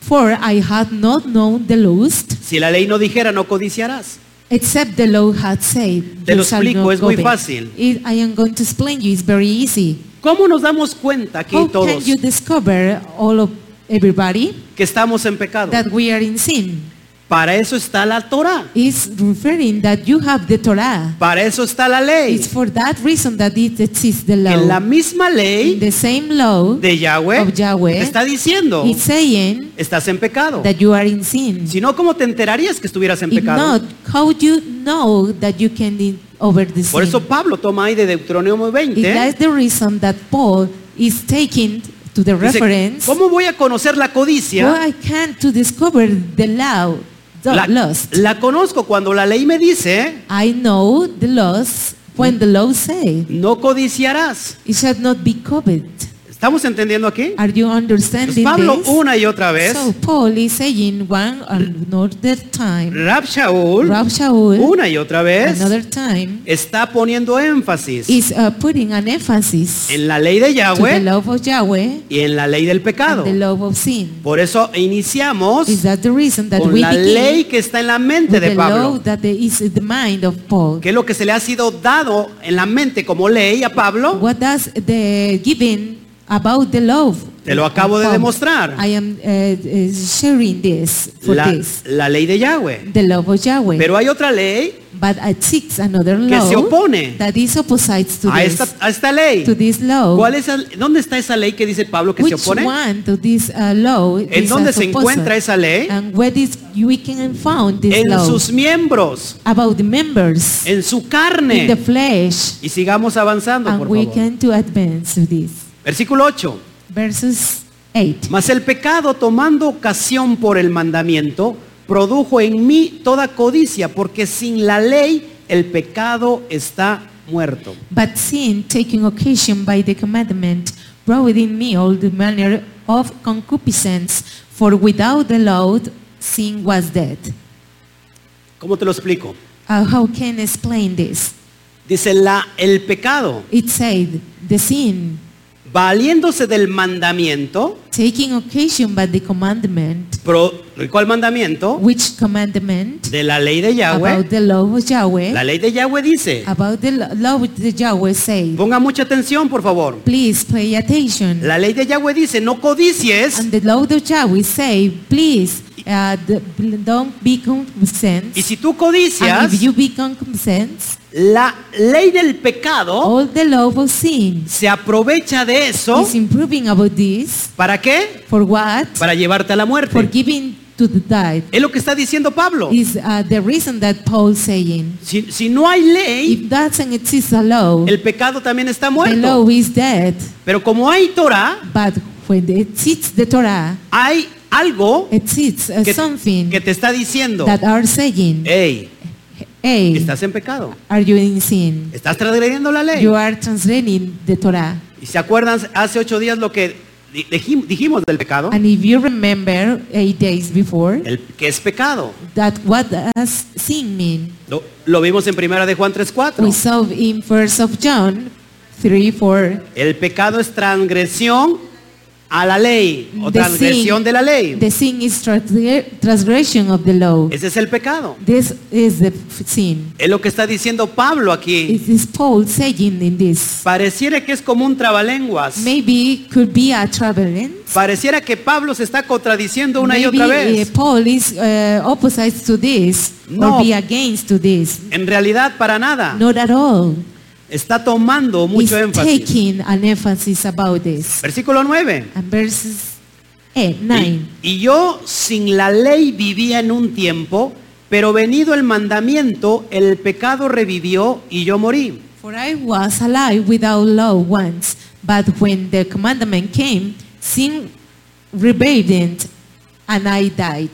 for I had not known the lust,
si la ley no dijera no codiciarás.
except the law had said. Te
Te lo
lo
explico, es muy fácil.
I am going to explain you, it's very easy.
¿Cómo nos damos cuenta aquí
How can
todos
you discover all of everybody
que estamos en pecado?
that we are in sin?
Para eso está la Torah,
It's referring that you have the Torah.
para eso está la ley.
It's for that reason that it exists the
En la
law.
misma ley
The same law
de Yahweh,
of Yahweh,
te está diciendo,
is saying
estás en pecado.
that you are in sin.
Si no, ¿cómo te enterarías que estuvieras en
If
pecado?
not, how do you know that you can live over the
Por
sin?
eso Pablo toma ahí de Deuteronomio
If
20.
that's the reason that Paul is taking to the
dice,
reference,
¿Cómo voy a conocer la
how
codicia?
I can to discover the law, the
La,
lust.
la conozco cuando la ley me dice,
I know the laws when the law say
no codiciarás.
it shall not be coveted.
¿Estamos entendiendo aquí?
Are you
Entonces,
understanding
Pablo
this?
una y otra vez,
So Paul is saying one another time,
Rab Shaul,
Rab Shaul
una y otra vez,
another time
está poniendo énfasis
is uh, putting an emphasis
en la ley de
to the
Yahweh
love of Yahweh
y en la ley del
and
pecado.
the love of sin.
Por eso iniciamos
Is that the reason that
con
we
la ley
begin
que está en la mente
with
de
the
Pablo,
love that there is in the mind of Paul?
que es lo que se le ha sido dado en la mente como ley a Pablo,
What does the giving about the love?
Te lo
of
acabo de
Paul?
demostrar.
I am uh, uh, sharing this for
la,
this.
la ley de Yahweh.
The love of Yahweh.
Pero hay otra ley
But it seeks another
que
law
se opone
that is opposite to
a
this,
esta, a esta ley.
to this law.
¿Cuál es el- ¿Dónde está esa ley que dice Pablo que se
oh. Which
opone?
one to this uh, law
¿En
is
dónde
as
se
opposite?
encuentra esa ley?
And where is we can found this
En
law
sus miembros,
about the members
en su
in the
carne.
flesh,
Y sigamos avanzando,
and
por
we
favor.
can to advance to this.
Versículo 8.
Verses eight.
Mas el pecado, tomando ocasión por el mandamiento, produjo en mí toda codicia, porque sin la ley el pecado está muerto.
But sin, taking occasion by the commandment, brought in me all the manner of concupiscence, for without the law, sin was dead.
¿Cómo te lo explico?
Uh, how can I explain this?
Dice, la, el pecado,
It said, the sin,
valiéndose del mandamiento,
taking occasion by the commandment,
pro- ¿cuál mandamiento?
which commandment?
De la ley de Yahweh.
About the law of Yahweh.
La ley de Yahweh dice,
About the lo- law of the Yahweh said.
ponga mucha atención, por favor.
Please pay attention.
La ley de Yahweh dice, no codicies,
And the law of Yahweh say, please, uh, the- don't be concupiscent.
y si tú
And if
codicias,
you be concupiscent,
la ley del pecado
all the law of sin
se aprovecha de eso
is improving about this.
¿Para qué?
For what?
Para llevarte a la
For
muerte.
giving to the dead
Es lo que está diciendo Pablo.
is uh, the reason that Paul saying,
Si, si no hay ley,
if doesn't exist a law,
el pecado también está
the
muerto.
law is dead.
Pero como hay Torah,
But when it exists the Torah,
hay algo
it exists uh,
que,
something
que te está diciendo,
that are saying,
hey,
hey,
estás en pecado.
are you in sin?
Estás transgrediendo la ley.
You are translating the Torah.
¿Y se acuerdan hace ocho días lo que di- dijim- dijimos del pecado?
And if you remember eight days before,
El, que es pecado.
that what does sin mean?
Lo, lo vimos en primera de Juan
We
3.4.
saw in First of John 3, 4,
El pecado es transgresión a la ley o
The
transgresión
sin-
de la ley.
the sin is transgre- transgression of the law.
Ese es el pecado.
This is the f- sin.
Es lo que está diciendo Pablo aquí.
It is Paul saying in this.
Pareciera que es como un trabalenguas.
Maybe could be a traveling.
Pareciera que Pablo se está contradiciendo una y
Maybe
otra
eh,
vez.
Paul is uh, opposite to this
No.
or be against to this.
En realidad, para nada.
Not at all.
Está tomando mucho
He's
énfasis.
taking an emphasis about this.
Versículo 9.
And verses 8,
Y,
9.
y yo sin la ley vivía en un tiempo, pero venido el mandamiento, el pecado revivió y yo morí.
For I was alive without law once, but when the commandment came, sin rebelled and I died.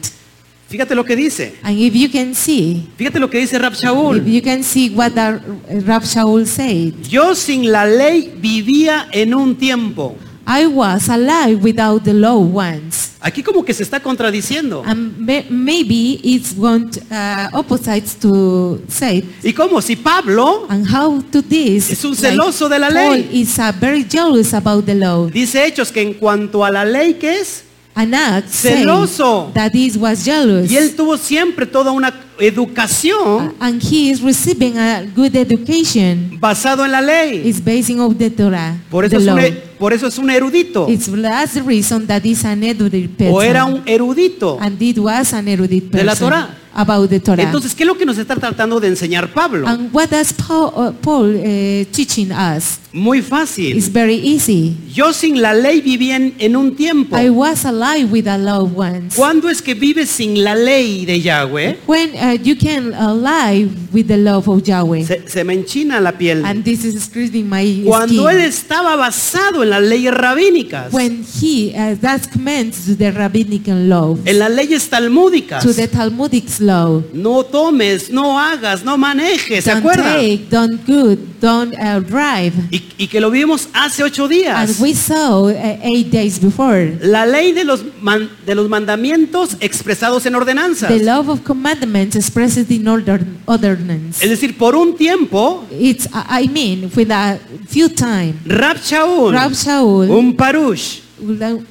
Fíjate lo que dice.
And if you can see,
Fíjate lo que dice Rab
if
Shaul.
you can see what the Rab Shaul said,
Yo sin la ley vivía en un tiempo.
I was alive without the law once,
Aquí como que se está contradiciendo.
And may- maybe it's going uh, opposites to say.
Y como si Pablo
And how to this?
Es un celoso de la
Paul
ley.
is uh, very jealous about the law.
dice hechos que en cuanto a la ley que es,
And Acts say
Celoso.
that he was jealous. Uh,
y él tuvo siempre toda una educación
and he is receiving a good education.
basado en la ley.
It's basing of the Torah.
Por
the
eso, es un,
law.
e- por eso es un erudito.
It's that's the reason that he's an erudite person.
O era un erudito.
and it was an erudite
De
person
la Torah.
about the Torah.
Entonces, ¿qué es lo que nos está tratando de enseñar Pablo?
and what does Paul, uh, Paul uh, teaching us?
Muy
It's
fácil.
very easy.
Yo sin la ley viví en, en un tiempo.
I was alive with a loved ones.
¿Cuándo es que vives sin la ley de Yahweh?
When uh, you can uh, lie with the love of Yahweh,
Se, se me enchina la piel.
and this is screaming my
Cuando él
skin.
estaba basado en las leyes rabínicas,
When he uh, that commends to the rabbinic law,
en las leyes talmúdicas,
to the Talmudic law,
no tomes, no hagas, no manejes, ¿se
don't
acuerdan?
take, don't good, don't uh, drive.
Y, y que lo vimos hace ocho
And
días.
we saw uh, eight days before
La ley de los, man- de los mandamientos expresados en ordenanzas.
the love of commandments expressed in order ordinance.
Es decir, por un tiempo,
It's uh, I mean with a few time,
Rab Shaul,
Rab Shaul.
un parush,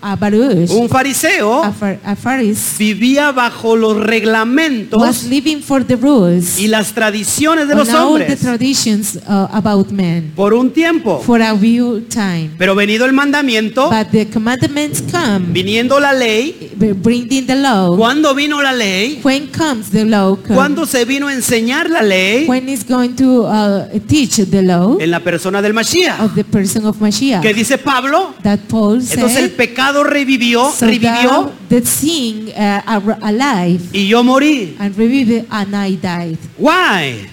a Baruch,
un
a,
fariseo,
phar- a Pharisee.
vivía bajo los reglamentos
was living for the rules
y las tradiciones de
on
los
all the
hombres
traditions uh, about men
por un tiempo.
for a few time.
Pero venido el mandamiento,
But the commandments come,
viniendo la ley,
b- bringing the law.
¿cuándo vino la ley?
When comes the law? come?
¿Cuándo se vino a enseñar la ley?
When is going to uh, teach the law
En la persona del Mashiach.
of the person of
Que
Mashiach?
dice Pablo,
That Paul
entonces el
said,
pecado revivió,
so
revivió
thou the thing uh, are alive
y yo morí.
and revived and I died.
Why?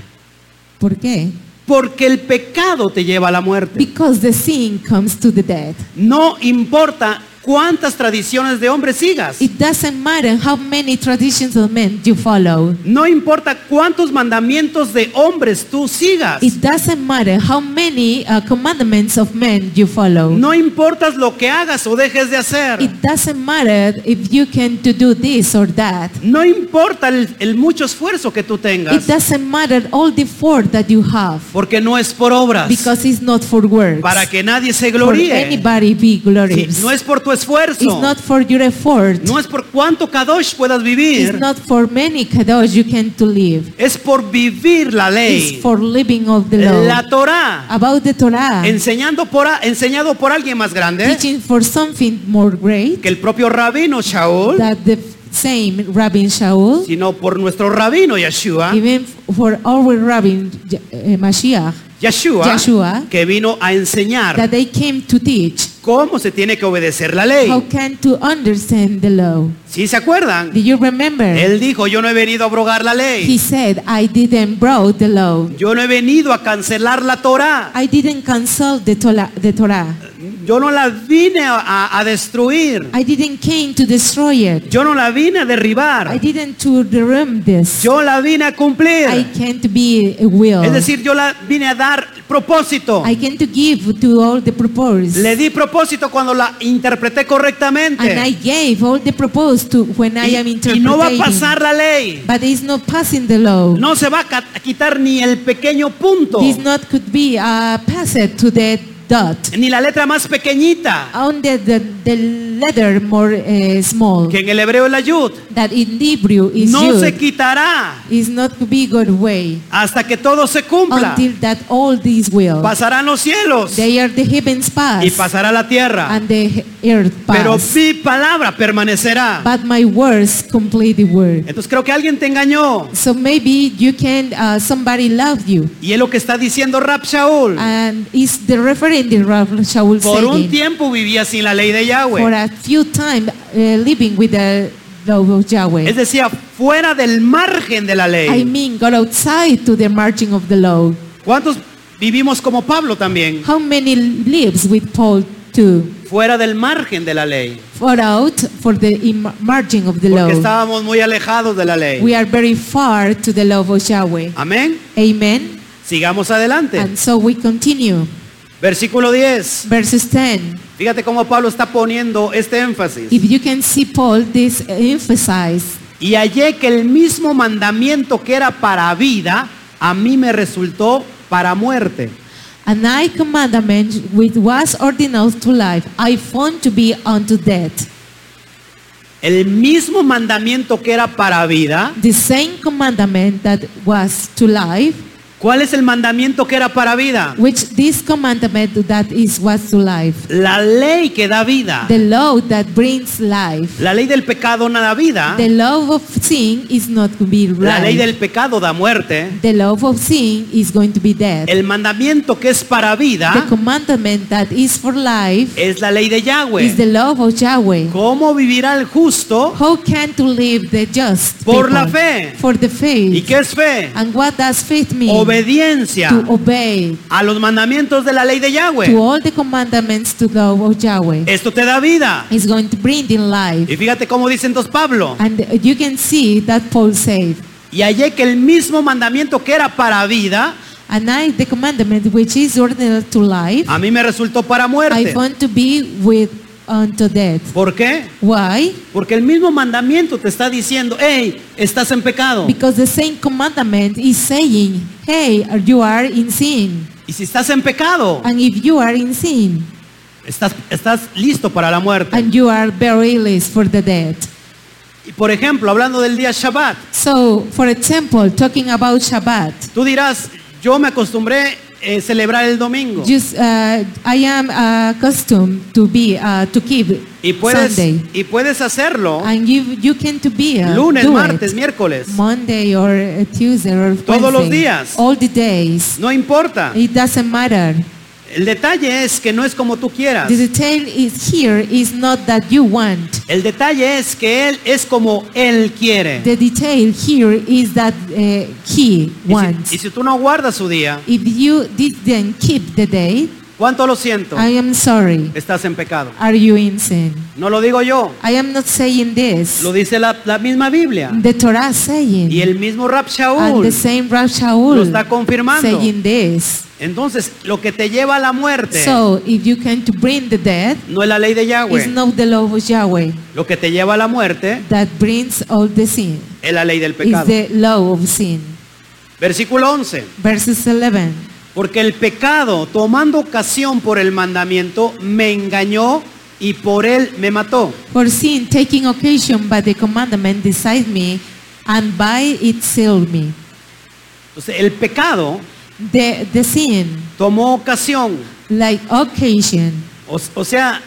¿Por qué?
Porque el pecado te lleva a la muerte.
Because the sin comes to the dead.
No importa cuántas tradiciones de hombres sigas.
It doesn't matter how many traditions of men you follow.
No importa cuántos mandamientos de hombres tú sigas.
It doesn't matter how many uh, commandments of men you follow.
No importa lo que hagas o dejes de hacer.
It doesn't matter if you can to do this or that.
No importa el, el mucho esfuerzo que tú
It
tengas.
doesn't matter all the effort that you have
Porque no es por obras.
because it's not for works.
Para que nadie se
for
gloríe.
anybody be glorious.
Sí, no es por tu
it's
esfuerzo.
not for your effort.
No es por cuánto Kadosh puedas
it's
vivir.
not for many kadosh you can to live.
Es por vivir la
It's
ley.
for living of the law. Ah.
La Torah.
About the Torah,
Enseñando por, a- enseñado por alguien más grande
teaching for something more great.
que el propio rabino Shaul,
that the same Rabbi Shaul,
sino por nuestro rabino Yeshua.
even for our Rabbi Ja- eh, Mashiach,
Yeshua,
Yeshua.
que vino a enseñar
that they came to teach
cómo se tiene que obedecer la
how
ley.
can to understand the law.
Si se acuerdan,
Do you remember?
él dijo, yo no he venido a abrogar la
He
ley,
said, I didn't broke the law.
yo no he venido a cancelar la Torah,
I didn't cancel the Torah. The Torah.
yo no la vine a- a, a destruir,
I didn't came to destroy it.
yo no la vine a
I
derribar,
didn't to derram this.
yo la vine a
I
cumplir.
can't be a will.
Es decir, yo la vine a dar propósito.
I can't to give to all the purpose.
Le di propósito cuando la interpreté
And I
correctamente.
gave all the propose to when I am
Y, y
interpreting.
no va a pasar la ley.
But it's not passing the law.
No se va a ca- a quitar ni el pequeño punto.
This not could be uh, passed to the dot.
ni la letra más pequeñita,
On the, the, the letter more uh, small.
que en el hebreo es la yud,
That in Hebrew is
no
used.
se quitará
Is not to be good way.
hasta que todo se cumpla.
Until that all these will.
Pasarán los cielos
They are the heavens pass.
y pasará la tierra,
And the he- earth
pero
pass.
mi palabra permanecerá.
But my words complete the word.
Entonces creo que alguien te engañó
So maybe you can, uh, somebody love you.
y es lo que está diciendo Rab Shaul.
And is the referendum Rav Shaul
Por un
saying
tiempo vivía sin la ley de
for
Yahweh.
a few time uh, living with the love of Yahweh.
Es decir, fuera del margen de la
I
ley.
mean, got outside to the margin of the law.
¿Cuántos vivimos como Pablo también?
How many lives with Paul too?
Fuera del margen de la ley.
For out for the im- margin of the
Porque
law.
estábamos muy alejados de la ley.
We are very far to the love of Yahweh.
Amén.
Amen.
Sigamos adelante.
And so we continue.
Versículo 10.
Verses 10.
Fíjate cómo Pablo está poniendo este énfasis.
If you can see Paul, this emphasize
Y hallé que el mismo mandamiento que era para vida, a mí me resultó para muerte.
an I commandment which was ordained to life, I found to be unto death.
El mismo mandamiento que era para vida.
The same commandment that was to life,
¿Cuál es el mandamiento que era para vida?
which this commandment that is was to life,
La ley que da vida.
the law that brings life.
La ley del pecado no da vida.
The law of sin is not to be
La ley
right.
del pecado da muerte.
The law of sin is going to be death.
El mandamiento que es para
The
vida
commandment that is for life
es la ley de
is the
Yahweh.
law of Yahweh.
¿Cómo vivirá el justo?
How can to live the just
Por la
people?
fe.
For the faith.
¿Y qué es fe?
And what does faith mean?
Obediencia
To obey
a los mandamientos de la ley de
to
Yahweh.
all the commandments to the law of Yahweh.
Esto te da vida.
It's going to bring in life.
Y fíjate cómo dice entonces Pablo.
And you can see that Paul said,
Y hallé que el mismo mandamiento que era para vida,
and I the commandment which is ordained to life,
a mí me resultó para
I
muerte.
want to be with unto death.
¿Por qué?
Why?
Porque el mismo mandamiento te está diciendo, hey, estás en pecado.
Because the same commandment is saying, hey, you are in sin.
Y si estás en pecado,
And if you are in sin,
estás, estás listo para la muerte.
and you are very less for the dead.
Y por ejemplo, hablando del día Shabbat,
So, for example, talking about Shabbat,
tú dirás, yo me acostumbré a celebrar el domingo.
just uh, I am uh, accustomed to be uh, to keep
Y puedes,
Sunday,
y puedes hacerlo
and you you can to be uh,
lunes,
do
martes,
it
miércoles.
Monday or uh, Tuesday or
Todos los
Wednesday,
días.
all the days.
No importa.
It doesn't matter.
El detalle es que no es como tú quieras.
The detail is here is not that you want.
El detalle es que Él es como Él quiere.
The detail here is that uh, he
Y
wants.
si, y si tú no guardas su día,
If you didn't keep the day,
¿cuánto lo siento?
I am sorry.
Estás en pecado.
Are you in sin?
No lo digo yo,
I am not saying this.
lo dice la, la misma Biblia.
The Torah saying.
Y el mismo Rab
and
Shaul
the same
lo
Rav Shaul
está confirmando.
saying this.
Entonces, lo que te lleva a la muerte
So if you can to bring the dead,
no es la ley de
it's
Yahweh.
not the law of Yahweh
Lo que te lleva a la muerte
that brings all the sin.
es la ley del
It's
pecado.
the law of sin.
Versículo 11.
Verses 11.
Porque el pecado, tomando ocasión por el mandamiento, me engañó y por él me mató.
For sin taking occasion by the commandment decide me, and by it seal me.
Entonces, el pecado
The, the sin,
tomó ocasión.
like occasion,
O, o sea,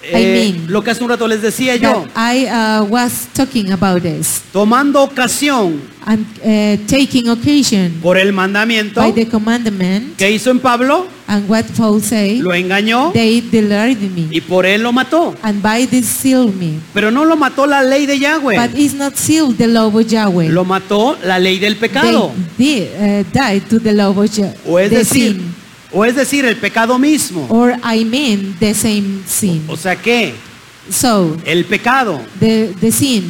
eh,
I mean,
lo que hace un rato les decía yo,
that I uh, was talking about this
tomando ocasión
and uh, taking occasion
por el mandamiento
by the commandment
que hizo en Pablo,
and what Paul said,
lo engañó
they delivered me
y por él lo mató.
and by this sealed me.
Pero no lo mató la ley de
But
Yahweh,
it's not sealed the law of Yahweh.
lo mató la ley del pecado.
They, they, uh, died to the law of Yah-
O es
the
decir,
sin, Oh.
o es decir, el pecado mismo.
or I mean the same sin.
O sea que
So
el pecado
the the sin.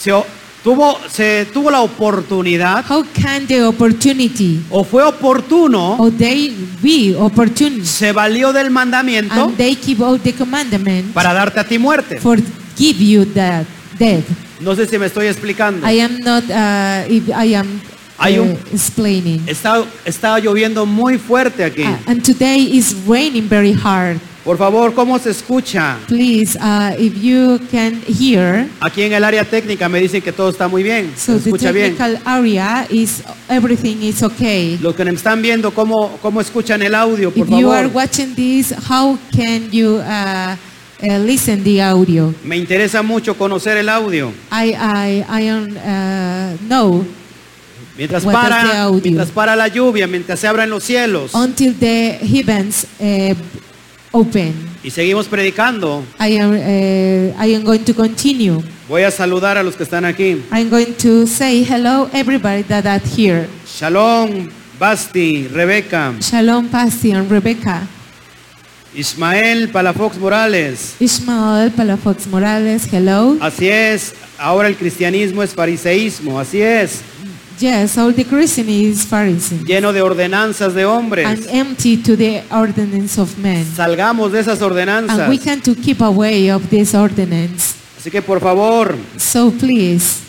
se o- tuvo, se tuvo la oportunidad
How can the opportunity
o fue oportuno,
or they be opportunity
se valió del mandamiento
and they keep out the commandment
para darte a ti muerte.
for give you that death.
No sé si me estoy explicando.
I am not uh, if I am uh,
Hay un-
explaining.
Está, está lloviendo muy fuerte aquí.
Uh, and today is raining very hard.
Por favor, ¿cómo se escucha?
Please, uh, if you can hear,
Aquí en el área técnica me dicen que todo está muy bien.
so
Se
the
escucha bien.
technical area is everything is okay.
Los que me están viendo, ¿cómo, cómo escuchan el audio, por
If you are
favor?
watching this, how can you uh, uh, listen the audio?
Me interesa mucho conocer el audio.
I I I don't uh, know
Mientras
What is the
para,
audio?
mientras para la lluvia, mientras se abran los cielos
until the heavens uh, open.
y seguimos predicando,
I am uh, I am going to continue.
voy a saludar a los que están aquí.
I'm going to say hello everybody that are here.
Shalom, Basti, Rebeca,
Shalom, Pasti and Rebecca,
Ismael Palafox Morales.
Ishmael Palafox Morales. Hello.
Así es, ahora el cristianismo es fariseísmo, así es.
Yes, all the Christian is Pharisee
lleno de ordenanzas de
and
hombres.
empty to the ordinance of men.
Salgamos de esas ordenanzas.
And we can to keep away of this ordinance.
Así que por favor,
So please,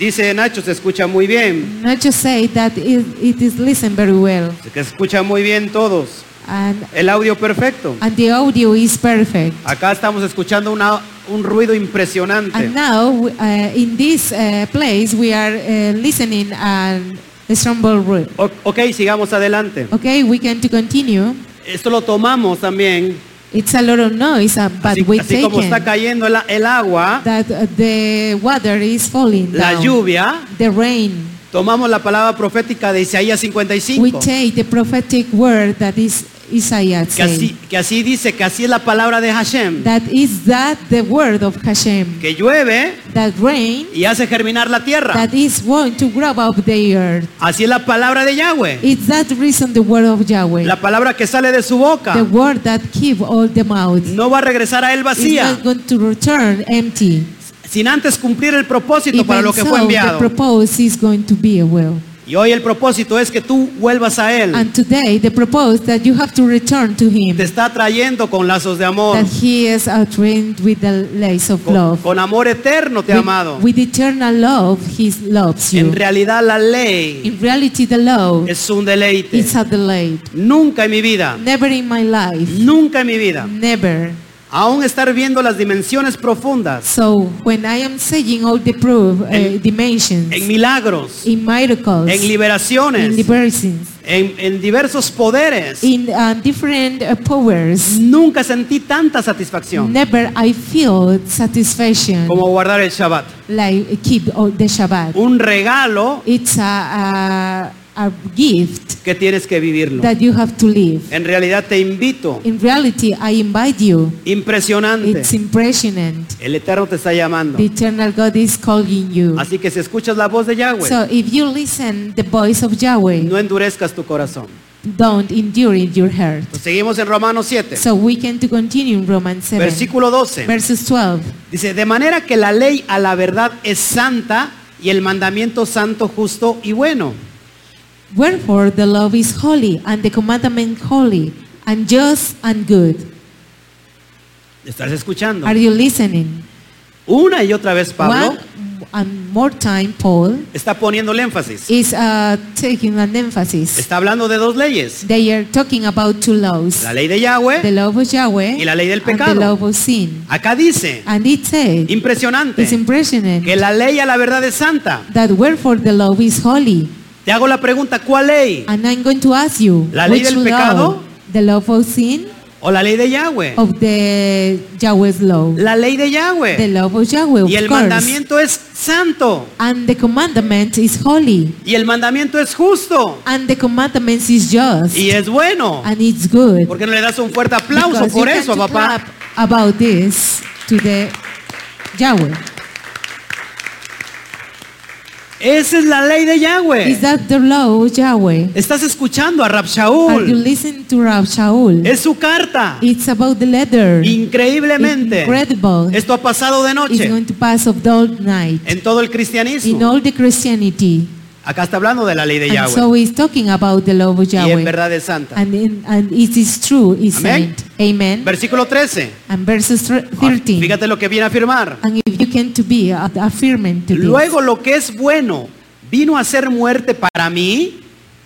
dice Nacho, se escucha muy bien.
not just say that it, it is listened very well
Así que se escucha muy bien todos.
and
El audio perfecto.
and the audio is perfect.
Acá estamos escuchando una- un ruido impresionante.
And now uh, in this uh, place we are uh, listening and ensemble room.
O- ok, sigamos adelante.
Okay, we can to continue.
Esto lo tomamos también.
It's a lot of noise, uh, but
Así,
we
así
take
como está
it
cayendo el, el agua,
that uh, the water is falling
la
down.
lluvia,
The rain.
tomamos la palabra profética de Isaías
We
55.
take the prophetic word that is Isaiah
Que
say.
así, que así dice, que así es la palabra de Hashem.
That is that the word of Hashem.
Que llueve
That rain
y hace germinar la tierra.
that is going to grab up the earth.
Así es la palabra de Yahweh.
It's that reason the word of Yahweh.
La palabra que sale de su
The
boca
word that keep all the mouth.
no va a regresar a él
It's
vacía
not going to return empty.
sin antes cumplir el propósito
Even
para lo que fue
so, the
enviado.
purpose is going to be a will.
Y hoy el propósito es que tú vuelvas a él.
And today, the purpose that you have to return to Him,
Te está trayendo con lazos de amor.
that He is trained with the lace of
Con,
love.
con amor eterno te ha
With-
amado.
With, eternal love, He loves
En
you.
realidad la ley
In reality, the love
es un deleite.
is a delight.
Nunca en mi vida,
Never in my life,
nunca en mi vida,
never.
aún estar viendo las dimensiones profundas
So when I am saying all the proof uh,
En-
dimensions,
en milagros,
in miracles,
en
in
liberaciones,
liberations,
en, en diversos poderes.
in uh, different uh, powers,
Nunca sentí tanta satisfacción
Never I feel satisfaction
como guardar el Shabbat.
like keep all the Shabbat.
Un regalo
It's a, a, a gift
que tienes que vivirlo.
that you have to live.
En realidad te invito.
In reality, I invite you.
Impresionante.
It's impressionant.
El Eterno te está llamando.
The eternal God is calling you.
Así que si escuchas la voz de Yahweh,
So if you listen the voice of Yahweh,
no endurezcas tu corazón.
don't endure in your heart.
Seguimos en Romanos 7,
So we can to continue in Romans 7,
versículo 12.
verses 12.
Dice, de manera que la ley a la verdad es santa y el mandamiento santo, justo y bueno.
Wherefore the law is holy, and the commandment holy, and just and good.
Estás escuchando.
Are you listening?
Una y otra vez Pablo
One and more time, Paul
está poniendo el énfasis.
is uh, taking an emphasis.
Está hablando de dos leyes.
They are talking about two laws:
La ley de Yahweh
the law of Yahweh
Y la ley del
and
pecado.
the law of sin.
Acá dice,
And it says,
impresionante,
it's impressionant
que la ley a la verdad es santa.
that wherefore the law is holy.
Te hago la pregunta, ¿cuál ley?
And I'm going to ask you,
La ley
which
del
law?
pecado? Eh.
The law of sin
¿O la ley de Yahweh?
of the Yahweh's law,
La ley de
the
Yahweh.
law of Yahweh, of
Eh. Y el
course.
mandamiento es santo.
And the commandment is holy.
Y el mandamiento es justo.
And the commandment is just.
Y es bueno.
And it's good.
¿Por qué no le das un fuerte aplauso
Because
por
you
eso,
can to
papá?
clap About this to the Yahweh.
Esa es la ley de
Is
Yahweh.
that the law, Yahweh?
Estás escuchando a Rab
Are you
Shaul.
listening to Rab Shaul?
Es su carta.
It's about the letter.
Increíblemente.
Incredible.
Esto ha pasado de
It's
noche
going to pass of the old night
en todo el
in
cristianismo.
all the Christianity.
Acá está hablando de la ley de
And
Yahweh.
so he's talking about the law of
Y en
Yahweh.
verdad es santa.
And, in, and it is true, it's
Amén.
said. Amen.
Versículo 13.
And verses thir-
Ah,
13.
Fíjate lo que viene a afirmar.
And if you can to be a- affirming to this,
Luego lo que es bueno vino a ser muerte para mí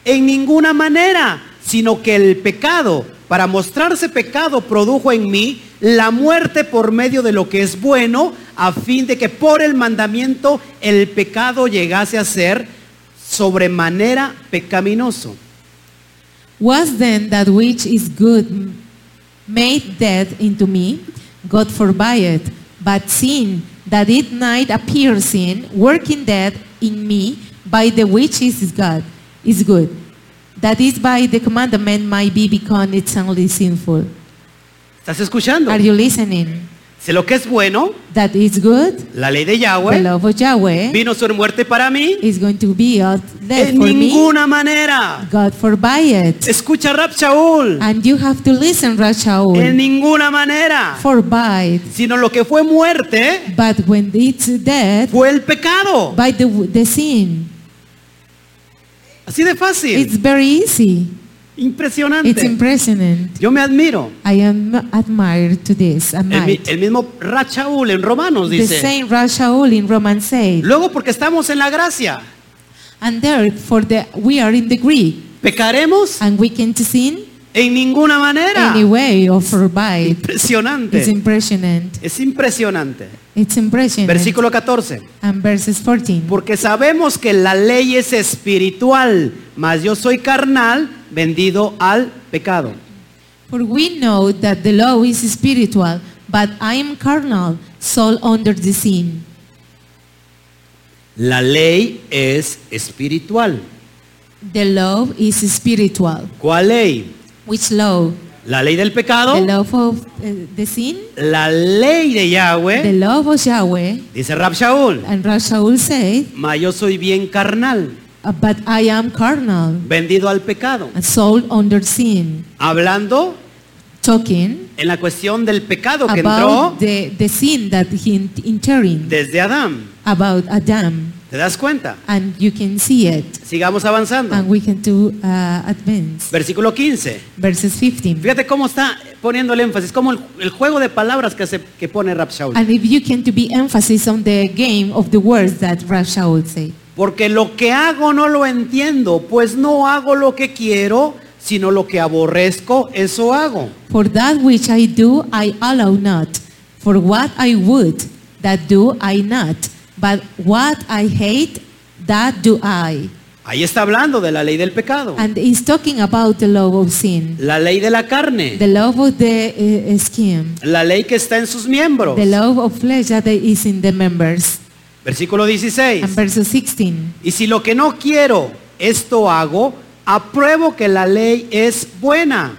en ninguna manera, sino que el pecado, para mostrarse pecado, produjo en mí la muerte por medio de lo que es bueno, a fin de que por el mandamiento el pecado llegase a ser sobremanera pecaminoso.
was then that which is good made death into me? God forbid it. But sin that it night appears in, working death in me by the which is God, is good. That is by the commandment might be become eternally sinful.
¿Estás escuchando?
Are you listening?
Si lo que es bueno,
That is good.
la ley de
The
Yahweh,
love of Yahweh
vino a ser muerte para mí
is going to be out there
en
for me.
ninguna manera.
God forbid it.
Escucha Rab Shaul.
And you have to listen,
En
Rashaul,
ninguna manera.
for bite.
Sino lo que fue muerte
But when it's dead,
fue el pecado.
by the, the sin,
Así de fácil.
It's very easy. It's
Impresionante.
impressionant.
Yo me admiro.
I am admired to this.
El, mi-
Admired.
el mismo Rachaúl en Romanos
The
dice.
Saint Rashaul in Romans 8.
Luego porque estamos en la gracia,
And therefore the, we are in the Greek.
pecaremos
And we can't sin
en ninguna manera.
any way or forbid. It's
Impresionante.
impressionant.
Es impresionante.
It's impressionant.
Versículo 14.
And verses 14.
Porque sabemos que la ley es espiritual, mas yo soy carnal, vendido al pecado.
For we know that the law is spiritual, but I am carnal, soul under the sin.
La ley es espiritual.
The law is spiritual.
¿Cuál ley?
Which law?
La ley del pecado,
The law of uh, the sin?
la ley de
The
Yahweh,
law of Yahweh.
dice Rab Shaul,
And Rashaul said,
mas yo soy bien carnal,
"Uh, but I am carnal,
vendido al pecado.
and soul under sin.
Hablando
Talking
en la cuestión del pecado que entró
about the, the sin that he en- entering
desde Adán.
about Adam.
¿Te das cuenta?
And you can see it.
Sigamos avanzando.
And we can do uh, advance.
Versículo 15.
Verses 15.
Fíjate cómo está poniendo el énfasis, como el, el juego de palabras que, hace- que pone Rab Shaul.
And if you can to be emphasis on the game of the words that Rasha would say.
Porque lo que hago no lo entiendo, pues no hago lo que quiero, sino lo que aborrezco, eso hago.
For that which I do I allow not. For what I would, that do I not. But what I hate, that do I.
Ahí está hablando de la ley del pecado,
And he's talking about the law of sin.
la ley de la carne,
The law of the uh, skin.
la ley que está en sus miembros.
The law of flesh that is in the members.
Versículo
And
16.
verse 16.
Y si lo que no quiero, esto hago, apruebo que la ley es buena.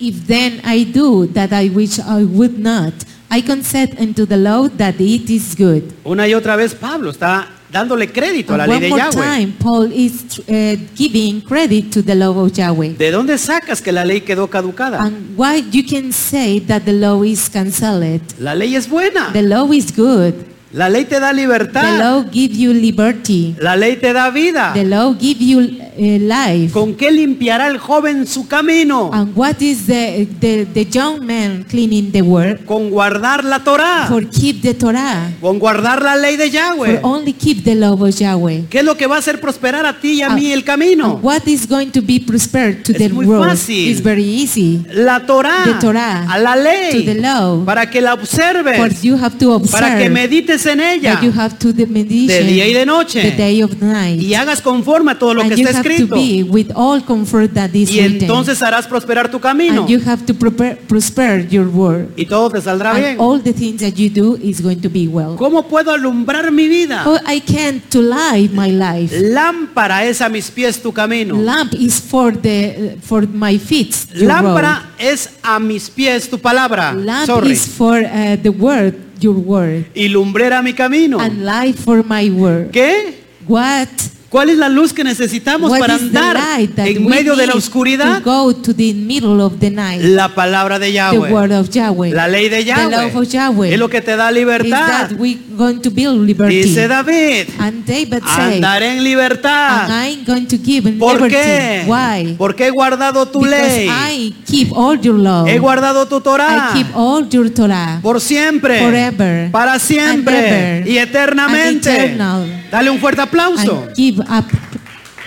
If then I do that I which I would not, I consent unto the law that it is good.
Una y otra vez Pablo está dándole crédito a la
And
ley
one
de
more
Yahweh.
time, Paul is uh, giving credit to the law of Yahweh.
¿De dónde sacas que la ley quedó caducada?
And why you can say that the law is cancelled?
La ley es buena.
The law is good.
La ley te da
The
libertad.
law give you liberty.
La ley te da vida.
The law give you uh, life.
¿Con qué limpiará el joven su camino?
And what is the, the, the young man cleaning the world?
Con guardar la Torá.
For keep the Torah.
Con guardar la ley de
For
Yahweh.
only keep the law of Yahweh.
¿Qué es lo que va a hacer prosperar a ti y a
Ah,
mí el camino?
And what is going to be prospered to
Es
the
muy
world
fácil.
is very easy.
La Torá.
The Torá.
A la ley.
To the law.
Para que la
For
observes.
you have to observe.
Para que medites en ella.
that you have to the meditation,
De día y de noche.
the day of night,
Y hagas conforme a todo lo que
and you
está
have to
escrito.
be with all comfort that is
Y
written,
entonces harás prosperar tu camino.
and you have to prepare, prosper your work,
Y todo te saldrá bien.
and all the things that you do is going to be well.
¿Cómo puedo alumbrar mi vida?
Oh, I can't to live my life.
Lámpara es a mis pies tu camino.
Lamp is for the for my feet. your road.
Lámpara es a mis pies tu palabra.
Lamp
Sorry.
is for uh, the word, your word,
Y lumbrera mi camino.
and light for my word.
¿Qué?
What?
¿Cuál es la luz que necesitamos
What
para
is the
andar
light that
en
we
medio de la
need
oscuridad?
To go to the middle of the night.
La palabra de
the
Yahweh.
word of Yahweh.
La ley de
The law
Yahweh.
of Yahweh.
Es lo que te da
Is
libertad.
that we going to build liberty.
Dice David.
and David said,
Andaré en
and
libertad.
I'm going to give in
¿Por
liberty.
qué?
Why?
Porque he guardado tu
because
ley.
I keep all your law.
He guardado tu Torah.
I keep all your Torah.
Por siempre.
Forever.
Para siempre.
And ever.
y eternamente.
And eternal.
Dale un fuerte aplauso.
and give up,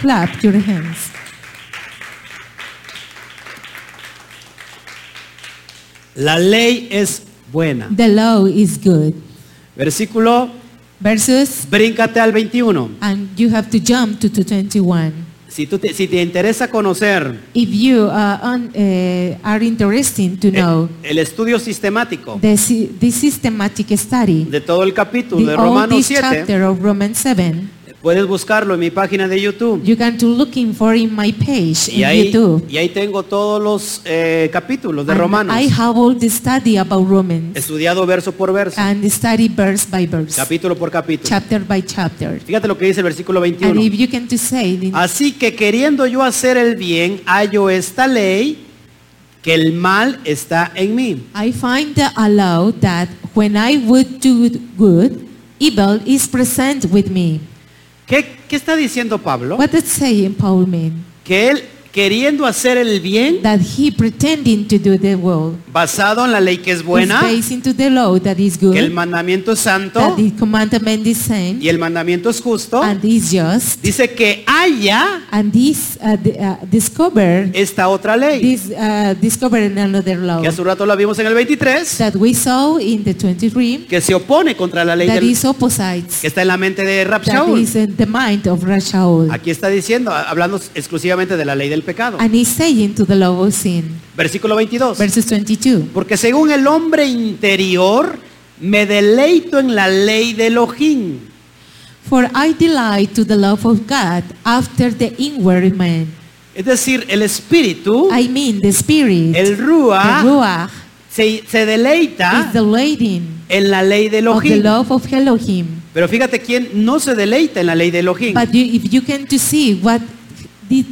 clap your hands.
La ley es buena.
The law is good.
Versículo,
Versus,
bríncate al 21.
and you have to jump to 221.
Si, tú te, si te interesa conocer
If you uh, un- uh, are interested to
el,
know
el estudio sistemático
the, si- the systematic study,
de todo el capítulo de
the, all
Romanos
this
7,
chapter of Romans 7,
puedes buscarlo en mi página de YouTube.
you can to looking for in my page
Y
in
ahí,
YouTube.
y ahí tengo todos los eh, capítulos de
And
Romanos,
I have all the study about Romans
estudiado verso por verso,
and study verse by verse,
capítulo por capítulo.
chapter by chapter.
Fíjate lo que dice el versículo
And
21.
if you can to say it in-
Así que queriendo yo hacer el bien, hallo esta ley, que el mal está en mí.
I find the allow that when I would do good, evil is present with me.
¿Qué, qué está diciendo Pablo?
What does saying Paul mean?
Que él, queriendo hacer el bien,
That he pretending to do the will
basado en la ley que es buena,
is based into the law that is
que el
good,
mandamiento es santo
that the commandment is saint,
y el mandamiento es justo,
and is just,
dice que haya
and this uh, the, uh, discover
esta otra ley,
this uh, discover in another law
que hace un rato la vimos en el 23,
that we saw in the 23
que se opone contra la ley
that
del,
is opposite
que está en la mente de Rab
that
Shaul.
is in the mind of Rashaul.
Aquí está diciendo, a- hablando exclusivamente de la ley del pecado.
And he's saying to the law of sin,
Versículo 22.
verses 22.
Porque según el hombre interior, me deleito en la ley de Elohim.
For I delight to the love of God after the inward man.
Es decir, el espíritu,
I mean the spirit,
el
the
Ruah,
ruach,
se, se deleita
is the leading
en la ley de
of the
Elohim.
love of Elohim.
Pero fíjate quién no se deleita en la ley de Elohim.
But you, if you can to see what did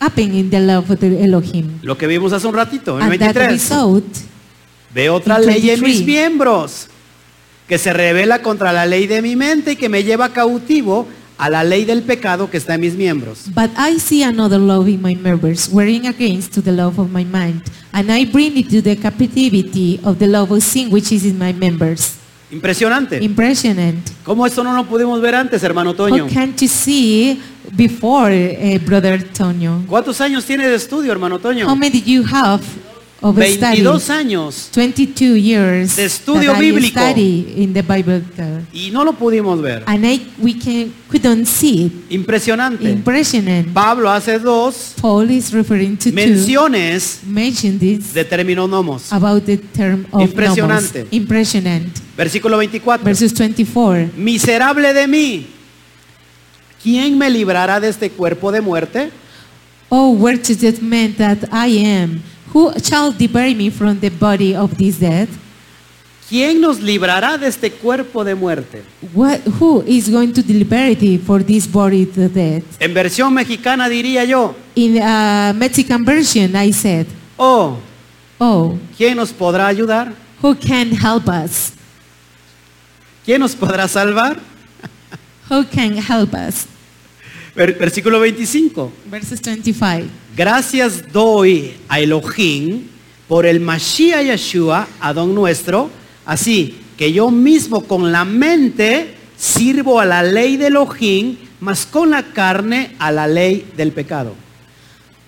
happen in the love of the Elohim,
Lo que vimos hace un ratito, en
and that
23.
result
Ve otra
in
ley en
23.
mis miembros, que se revela contra la ley de mi mente y que me lleva cautivo a la ley del pecado que está en mis miembros.
But I see another love in my members, wherein against to the love of my mind, and I bring it to the captivity of the love of sin which is in my members.
Impresionante.
Impressionant.
¿Cómo esto no lo pudimos ver antes, hermano Toño?
How can't you see before, eh, brother Tonio?
¿Cuántos años tiene de estudio, hermano Toño?
How many do you have of study?
22 años.
22 years
De estudio
that
bíblico.
I study in the Bible, uh,
Y no lo pudimos ver.
and I we can couldn't see it.
Impresionante.
Impressionant.
Pablo hace dos
Paul is referring to two.
menciones
Mention this
de términos nomos.
about the term of nomos.
Impresionante.
Impressionant.
Versículo 24.
Verses 24.
Miserable de mí. ¿Quién me librará de este cuerpo de muerte?
Oh, wretched that man that I am, who shall deliver me from the body of this death?
¿Quién nos librará de este cuerpo de muerte?
What, who is going to deliver thee for this body to death?
En versión mexicana diría yo,
In uh, Mexican version, I said,
oh,
Oh,
¿quién nos podrá ayudar?
who can help us?
¿Quién nos podrá salvar?
Who can help us?
Ver- Versículo 25.
Verses 25.
Gracias doy a Elohim por el Mashiach Yeshua, Adón nuestro, así que yo mismo con la mente sirvo a la ley de Elohim, mas con la carne a la ley del pecado.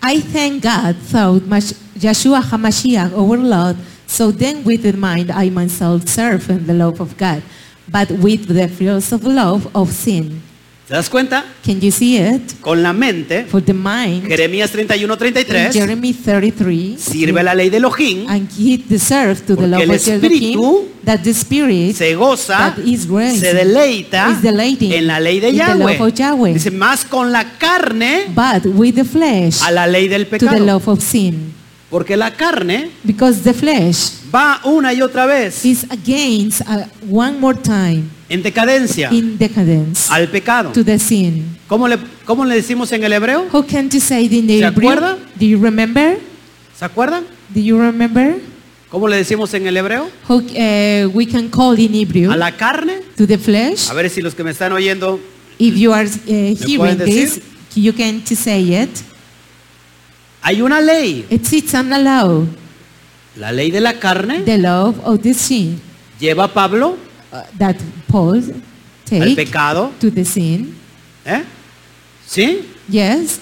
I thank God, thought Mash- Yeshua HaMashiach, our Lord, so then with the mind I myself serve in the love of God, but with the fierce of love of sin.
¿Te das cuenta?
Can you see it?
Con la mente,
For the mind,
Jeremías
in
31:33,
Jeremy 33,
sirve la ley de Elohim,
and he deserves to
Porque
the love
el
of Elohim,
espíritu
that the spirit
se goza,
that is raised,
se deleita
is delighting
en la ley de
in the
Yahweh.
love of Yahweh.
Dice, más con la carne
but with the flesh
a la ley del
to the
pecado.
love of sin.
Porque la carne
Because the flesh
va una y otra vez
is against uh, one more time
en decadencia
in decadence
al pecado.
to the sin.
¿Cómo le, cómo le decimos en el hebreo?
How can you say it in the
¿Se
Hebrew?
acuerda?
Do you remember?
¿Se acuerdan?
Do you remember?
¿Cómo le decimos en el hebreo?
How uh, we can call in Hebrew
A la carne.
to the flesh?
A ver si los que me están oyendo,
If you are uh, hearing
pueden
this,
decir?
you can to say it.
hay una ley.
It's it's an allow
La ley de la carne
the love of the sin
lleva a Pablo
uh, that Paul
al
take
pecado.
to the sin.
¿eh? ¿Sí?
Yes,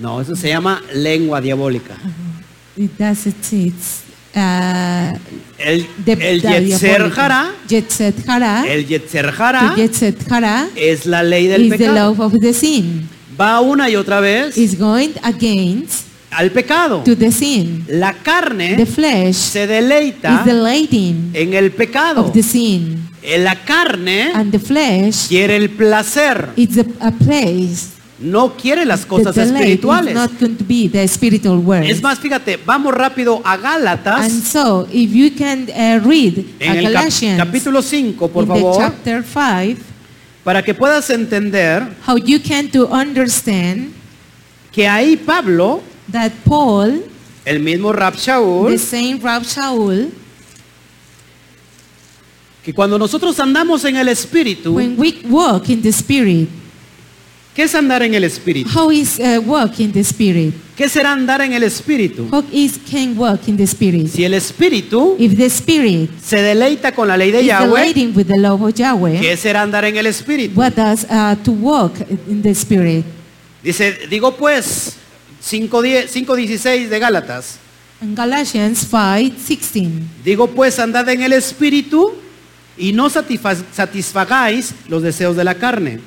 No, eso se llama lengua diabólica.
it does it. It's uh,
El,
the,
el
the
Yetzer
diabolical.
Hará,
Yetzer hara.
el ¿Ah? Yetzer
to
Hará
Yetzer hara
es la ley del
is the
pecado.
love of the sin.
Va una y otra vez
Is going against
al pecado.
to the sin.
La carne
The
Eh?
flesh
se
is
deleita
the lighting
en el pecado. Eh?
of the sin,
En La carne
and the flesh
quiere el placer,
is a, a place
no quiere las
that
cosas
the light is
espirituales.
not going to be the spiritual world.
Es más, fíjate, vamos rápido a
And
Gálatas,
so, if you can uh, read
en
a
el cap-
Galatians
capítulo 5, por
in the
favor,
chapter 5,
para que puedas entender
how you can to understand
que ahí Pablo,
that Paul,
el mismo Rab
the
Shaul,
same Rab Shaul,
Que cuando nosotros andamos en el Espíritu,
When we walk in the Spirit,
¿qué es andar en el Espíritu?
how is uh, walk in the Spirit?
¿Qué será andar en el Espíritu?
How is can walk in the Spirit?
Si el Espíritu
If the Spirit
se deleita con la ley de
is
Yahweh,
relating with the love of Yahweh,
¿qué será andar en el Espíritu?
what does uh, to walk in the Spirit?
Dice, digo pues, 5.16 de Gálatas,
In Galatians 5, 16.
digo pues, andad en el Espíritu y no satisfa- satisfagáis los deseos de la carne.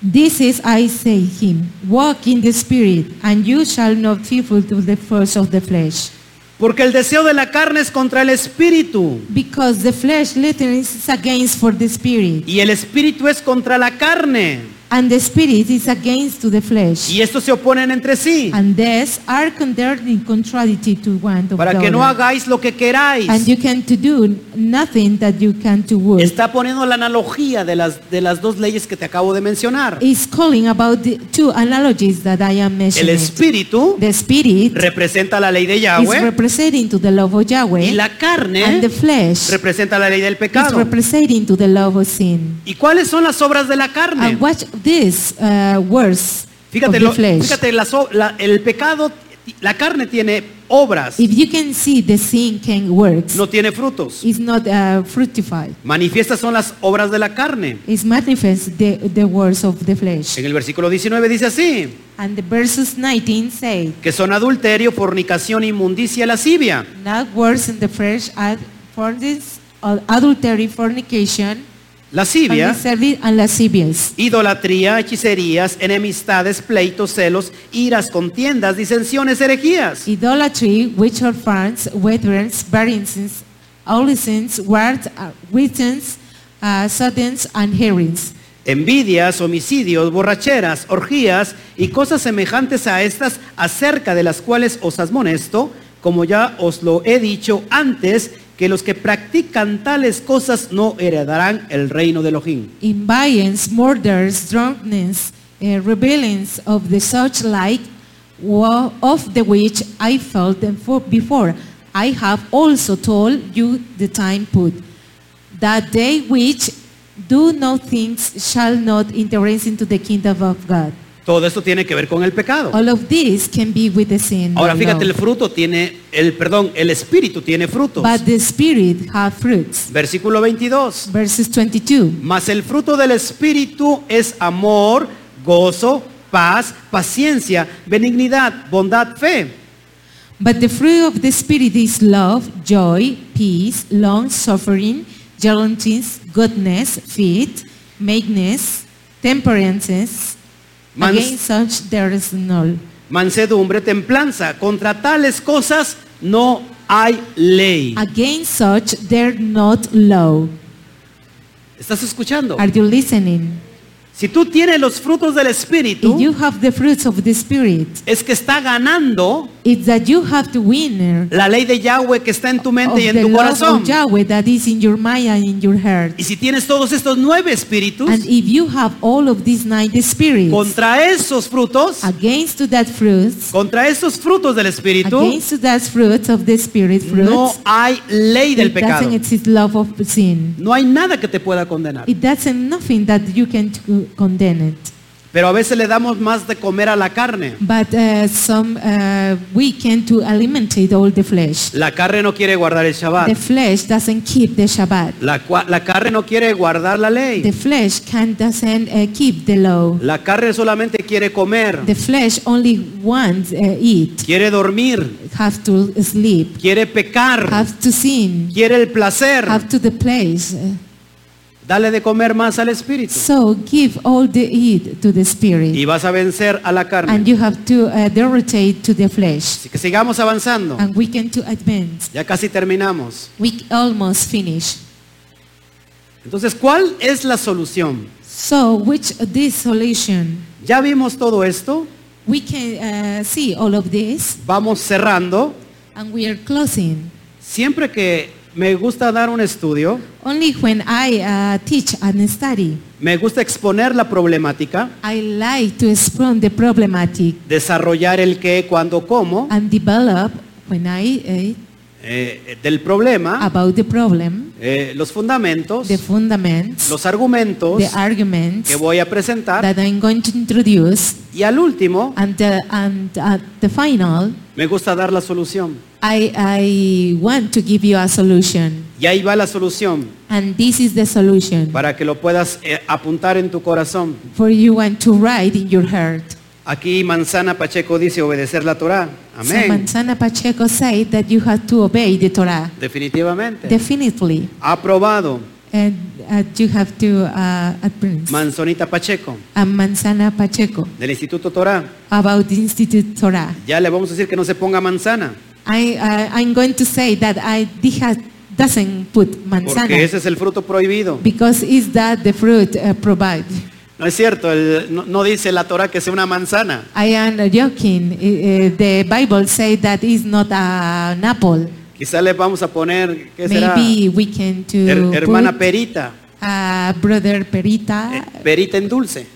This is I say him, walk in the spirit, and you shall not fulfill to the first of the flesh.
Porque el deseo de la carne es contra el Espíritu
Because the flesh literally is against for the spirit,
y el Espíritu es contra la carne.
and the spirit is against to the flesh.
Y estos se oponen entre sí
And these are considered in contradiction to one of
para
the
que no
other.
hagáis lo que
And
queráis.
you can to do nothing that you can to work.
Está poniendo la analogía de las, de las dos leyes que te acabo de mencionar.
It's calling about the two analogies that I am
El
mentioning.
Espíritu
The spirit
representa la ley de
is
Yahweh
representing to the love of
y
Yahweh,
la
and the
carne
flesh
representa la ley del
is
pecado.
representing to the love of sin.
¿Y cuáles son las obras de la carne?
And watch this uh, words
Fíjate,
of the
lo-
flesh.
fíjate las o- la- el pecado, la carne tiene obras,
If you can see the sin can works,
no tiene frutos.
it's not uh, fructified.
Manifiestas son las obras de la carne.
It manifests the, the words of the flesh.
En el versículo 19 dice así,
And the verses 19 say,
que son adulterio, fornicación, inmundicia, lascivia.
not words in the flesh are for this uh, adultery, fornication,
Lascivia,
undeserved, and lascivious.
idolatría, hechicerías, enemistades, pleitos, celos, iras, contiendas, disensiones, herejías.
Idolatry, which are fans, wetlands, variances, all sins, words, uh, writings, uh, sudden's, and hearings.
Envidias, homicidios, borracheras, orgías y cosas semejantes a estas, acerca de las cuales os admonesto, como ya os lo he dicho antes, que los que practican tales cosas no heredarán el reino de Elohim.
Imbiance, murders, drunkenness, uh, rebellions of the such like, wo- of the which I felt them for before. I have also told you the time put, that they which do no things shall not enter into the kingdom of God.
Todo esto tiene que ver con el pecado.
All of this can be with the sin.
Ahora
no
fíjate,
law.
el fruto tiene, el perdón, el espíritu tiene frutos.
But the spirit have fruits.
Versículo 22.
Verses 22.
Mas el fruto del espíritu es amor, gozo, paz, paciencia, benignidad, bondad, fe.
But the fruit of the spirit is love, joy, peace, long suffering, gentleness, goodness, faith, meekness, temperance.
Mans-
Against such there is none.
mansedumbre, templanza. Contra tales cosas no hay ley.
Against such there not law.
¿Estás escuchando?
Are you listening?
Si tú tienes los frutos del
If you
espíritu,
have the fruits of the spirit,
es que está ganando
it's that you have the winner
la ley de Yahweh que está en tu
of
mente y en
the
tu
love
corazón.
of Yahweh that is in your mind and in your heart.
Y si tienes todos estos nueve espíritus,
And if you have all of these nine spirits
contra esos frutos,
against to that fruits,
contra esos frutos del espíritu,
against to that fruits of the spirit fruits,
no hay ley del
it
pecado.
doesn't exist love of sin.
No hay nada que te pueda condenar.
It doesn't nothing that you can to- condemn it.
Pero a veces le damos más de comer a la carne.
But uh, some uh, we can to eliminate all the flesh.
La carne no quiere guardar el
The
Shabbat.
flesh doesn't keep the Shabbat.
La, cua- la carne no quiere guardar la
The
ley.
flesh can doesn't uh, keep the law.
La carne solamente quiere comer,
The flesh only wants uh, eat,
quiere dormir,
have to sleep,
quiere pecar,
have to sin,
quiere el placer.
have to the place. uh,
Dale de comer más al espíritu.
So give all the heed to the
Y
spirit,
vas a vencer a la carne.
and you have to uh, derrotate to the flesh.
Así que sigamos avanzando.
And we can to advance.
Ya casi terminamos.
We almost finish.
Entonces, ¿cuál es la solución?
So which this solution?
Ya vimos todo esto,
We can uh, see all of this,
vamos cerrando.
and we are closing.
Siempre que me gusta dar un estudio,
Only when I uh, teach and study,
me gusta exponer la problemática,
I like to explain the problematic
desarrollar el qué, cuándo, cómo,
and develop when I uh,
eh, del problema,
about the problem,
eh, los fundamentos,
the fundaments,
los argumentos
the arguments
que voy a presentar
that I'm going to introduce,
y al último
and, the, and at the final,
me gusta dar la solución.
I, I want to give you a solution.
Y ahí va la solución
And this is the solution
para que lo puedas eh, apuntar en tu corazón.
for you want to write in your heart.
Aquí Manzana Pacheco dice obedecer la Torá.
So
Amén.
Manzana Pacheco said that you have to obey the Torah.
Definitivamente.
Definitely.
Aprobado.
And uh, you have to uh, advance.
Manzonita Pacheco
And Manzana Pacheco
del Instituto Torá.
about the Institute Torah.
Ya le vamos a decir que no se ponga manzana,
I, uh, I'm going to say that I dija- doesn't put manzana
porque ese es el fruto prohibido.
because is that the fruit uh, provide.
No es cierto, el- no, no dice la Torá que sea una manzana.
I am joking. Uh, the Bible say that is not an apple.
Quizá le vamos a poner, ¿qué será?
Maybe we can do
Her- hermana
put,
Perita,
uh, brother Perita
eh, Perita en dulce.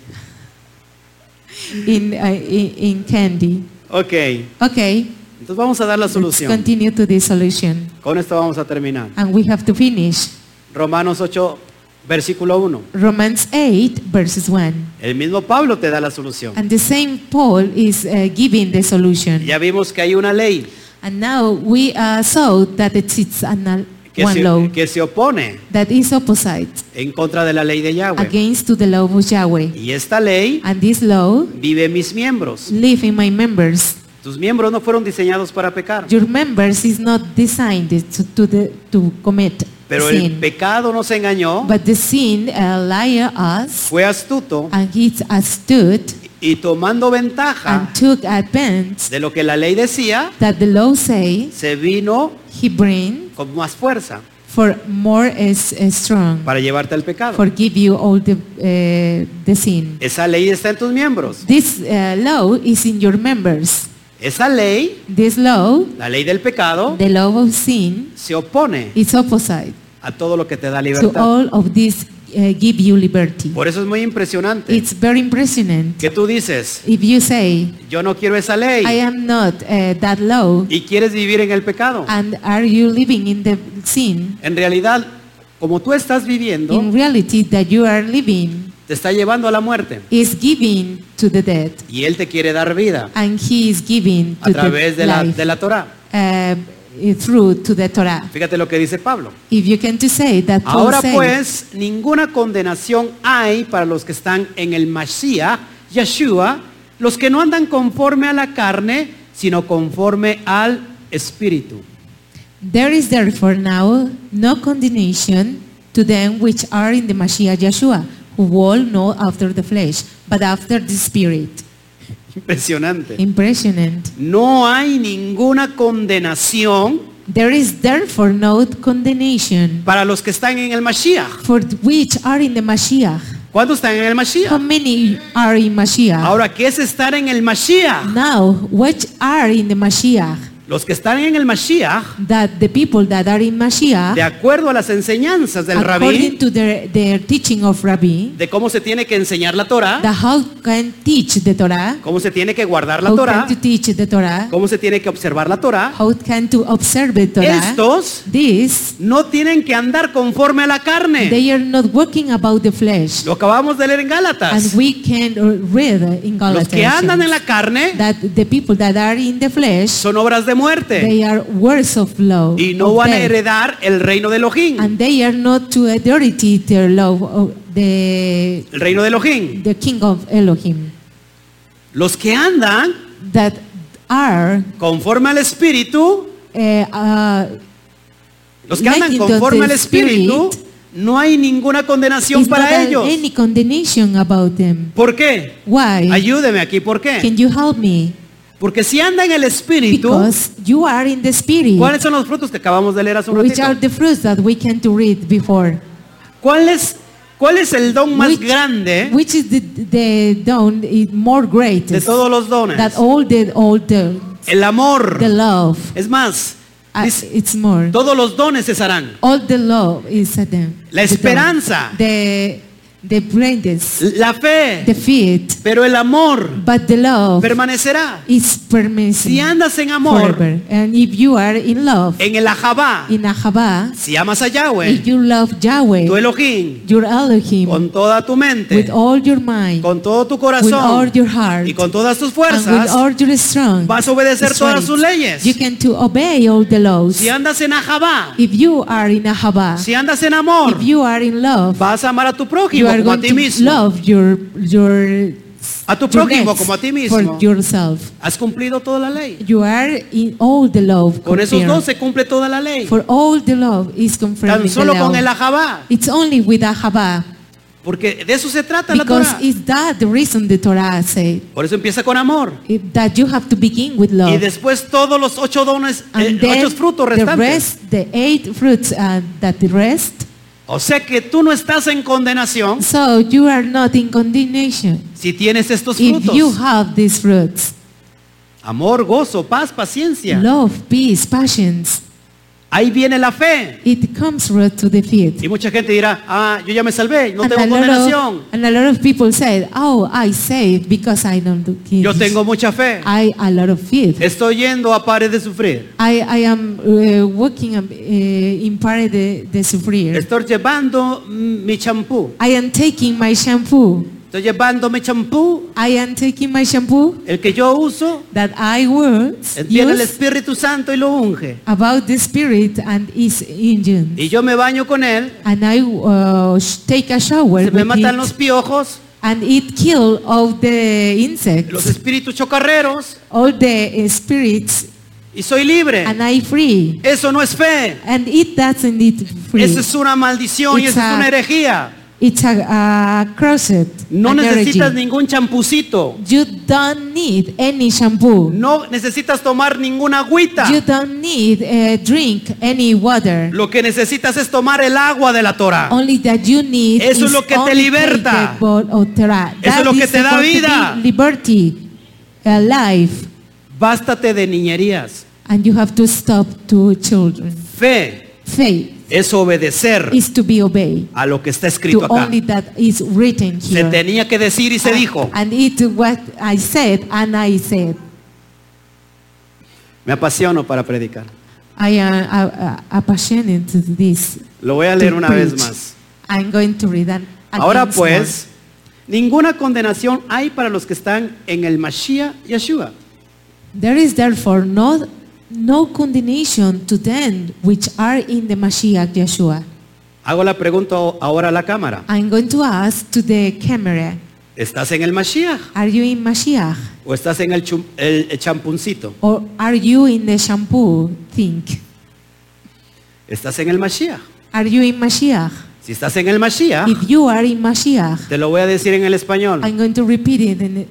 in, uh, in in candy.
Ok,
Okay,
entonces vamos a dar la
let's
solución.
continue to the solution,
Con esto vamos a terminar.
and we have to finish
Romanos 8, versículo 1.
Romans 8 verses 1.
El mismo Pablo te da la solución.
And the same Paul is uh, giving the solution.
Ya vimos que hay una ley
And now we uh, saw that it sits on a-
que
one law
se, que se opone
that is opposite
en contra de la ley de Yahweh.
against to the law of Yahweh.
Y esta ley
And this law
vive en mis miembros.
live in my members.
Tus miembros no fueron diseñados para pecar.
Your members is not designed to, to, the, to commit
Pero el
sin.
pecado nos engañó,
But the sin uh, liar us
fue astuto
and he stood
y tomando ventaja
and took advantage
de lo que la ley decía,
that the law say
se vino
he bring
con más fuerza
for more is is strong
para llevarte al pecado.
forgive you all the uh, the sin.
Esa ley está en tus miembros.
This uh, law is in your members.
Esa ley,
This law,
la ley del pecado,
the law of sin,
se opone
is opposite
a todo lo que te da
to
libertad.
all of this uh, give you liberty.
Por eso es muy impresionante
It's very impressionant
que tú dices,
if you say,
yo no quiero esa
I
ley
am not uh, that law
y quieres vivir en el pecado.
and are you living in the sin?
En realidad, como tú estás viviendo,
In reality that you are living
te está llevando a la muerte
is giving to the dead
y Él te quiere dar vida
and he is giving
a
to
través
the
de la,
life.
de la Torah.
uh, through to the Torah.
Fíjate lo que dice Pablo.
If you can to say that Paul
Ahora
said,
pues, ninguna condenación hay para los que están en el Mashiach, Yeshua, los que no andan conforme a la carne, sino conforme al Espíritu.
there is therefore now no condemnation to them which are in the Mashiach Yeshua, who all know after the flesh, but after the spirit.
Impresionante.
Impressionant.
No hay ninguna condenación
There is therefore no condemnation
para los que están en el Mashiach.
for which are in the Mashiach.
¿Cuántos están en el
How
Mashiach?
many are in Mashiach?
Ahora, ¿qué es estar en el Mashiach?
Now, which are in the Mashiach?
Los que están en el Mashiach,
That the people that are in Mashiach
de acuerdo a las enseñanzas del rabí,
according to their, their teaching of Rabbi,
de cómo se tiene que enseñar la Torah,
the how can teach the Torah,
cómo se tiene que guardar la
how
Torah,
can to teach the Torah,
cómo se tiene que observar la Torah,
how can to observe the Torah.
estos
This,
no tienen que andar conforme a la carne.
they are not working about the flesh.
Lo acabamos de leer en
And
Gálatas.
we can read in
Los que andan en
Galatians
la carne
that the people that are in the flesh,
son obras de muerte
they are works of law.
eh, y no
of
van a
death.
heredar el reino de Elohim.
And they are not to authority their law, of the,
El reino de Elohim.
the king of Elohim.
Los que andan
That are
conforme al Espíritu,
eh, ah,
los que andan conforme al Espíritu, no hay ninguna condenación
is not
para
a-
ellos.
any condemnation about them.
¿Por qué?
Why?
Ayúdeme aquí, ¿por qué?
Can you help me?
Porque si anda en el Espíritu,
Because you are in the spirit,
¿cuáles son los frutos que acabamos de leer hace un
which
ratito?
are the fruits that we can to read before.
¿Cuál es, cuál es el don más
Which-
grande
Which is the the don is more great
de todos los dones?
that all the all the
El amor.
the love.
Es más,
uh,
dice,
it's more.
todos los dones cesarán.
All the love is at them.
La
the don.
esperanza.
The the blindness,
la fe,
the feet,
pero el amor
but the love
permanecerá.
is
Si
permanent
andas en amor, Eh.
forever. And if you are in love,
en el ajabá,
in Ahava,
si amas a
if
Yahweh,
you love Yahweh,
tu Elohim,
your Elohim,
con toda tu mente,
with all your mind,
con todo tu
with all
corazón
your heart,
y con todas tus
and with
fuerzas,
all your strength,
vas a obedecer todas
strength,
sus leyes.
you can to obey all the laws.
Si andas en ajabá,
If you are in Ahava,
si andas en amor,
if you are in love,
vas a amar a tu
you
prójimo
are
como a
going
ti
to
mismo.
love your your
A tu
your
prójimo
next
como a ti mismo.
for yourself.
Has cumplido toda la ley.
You are in all the love.
Con esos
confirmed.
dos se cumple toda la ley.
For all the love is confirmed
Tan
in
solo
the
con
law.
el ajabá.
It's only with Ahava
Porque de eso se trata la
because
Torah.
is that the reason the Torah said
Por eso empieza con amor.
it- that you have to begin with
Y
love.
después todos los ocho dones, eh,
and then
ocho frutos
the
restantes.
rest, the eight fruits, and that the rest.
O sea que tú no estás en condenación
So you are not in condemnation
si tienes estos
if you
frutos.
have these fruits:
Amor, gozo, paz, paciencia.
love, peace, patience.
Ahí viene la fe.
It comes right to the feet.
Y mucha gente dirá, ah, yo ya me salvé, no
and,
tengo
a lot
condenación.
of, and a lot of people said, "Oh, I saved because I don't do kids.
Yo tengo mucha fe.
I a lot of faith.
Estoy yendo a pares de sufrir.
I, I am uh, working um, uh, in Pare de, de Sufrir.
Estoy llevando mm, mi champú.
I am taking my shampoo.
Estoy llevando mi champú,
I am taking my shampoo
el que yo uso,
that I will
viene el
use
Espíritu Santo y lo unge.
about the spirit and its engine.
Y yo me baño con él,
And I uh, sh- take a shower
se me
with
matan
it,
los piojos,
and it kill all the
los
insects,
espíritus chocarreros
all the uh, spirits,
y soy libre.
and I free.
Eso no es fe.
And it doesn't need free.
Esa es una maldición y
It's
esa es
a-
una herejía.
It's a, a crochet.
No
an
necesitas
origin.
ningún champucito.
You don't need any shampoo.
No necesitas tomar ninguna agüita.
You don't need uh, drink any water.
Lo que necesitas es tomar el agua de la Torah.
Only that you need
Eso es
is
lo que te
only
liberta.
take the ball of Torah.
Eso es
That
lo que
is
te da
supposed to
vida.
be Liberty, a life,
Bástate de niñerías.
and you have to stop to children.
Fe
Faith
es obedecer
is to be obeyed.
a lo que está escrito
To
acá.
only that is written
Se
here.
tenía que decir y
Ah.
se dijo.
And it what I said, and I said,
Me apasiono para predicar.
I am uh, uh, passionate to this.
Lo voy a
to
leer una vez
preach.
más.
I'm going to read an, again
Ahora
more.
pues, ninguna condenación hay para los que están en el Mashiach Yeshua.
There is therefore no, no condemnation to them which are in the Mashiach Yeshua.
Hago la pregunta ahora a la cámara.
I'm going to ask to the camera,
¿Estás en el Mashiach
are you in Mashiach?
o estás en el, chum- el- el champuncito?
Or are you in the shampoo thing?
¿Estás en el Mashiach?
Are you in Mashiach?
Si estás en el Mashiach,
If you are in Mashiach,
te lo voy a decir en el español.
I'm going to repeat it in,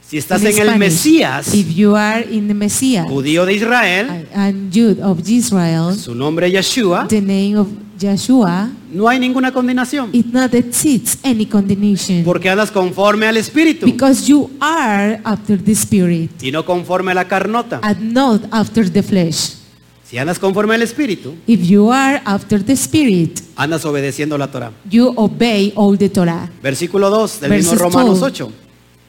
Si estás
in
en el
Spanish.
Mesías,
If you are in the Messiah
judío de Israel,
and Jude of Israel,
su nombre Yeshua,
the name of Yeshua,
no hay ninguna condenación.
it not exceeds any condemnation.
Porque andas conforme al Espíritu
Because you are after the spirit
y no conforme a la carnota.
and not after the flesh.
Si andas conforme al Espíritu,
If you are after the spirit,
andas obedeciendo la Torah.
you obey all the Torah.
Versículo 2 del mismo
Verses
Romanos
12.
8.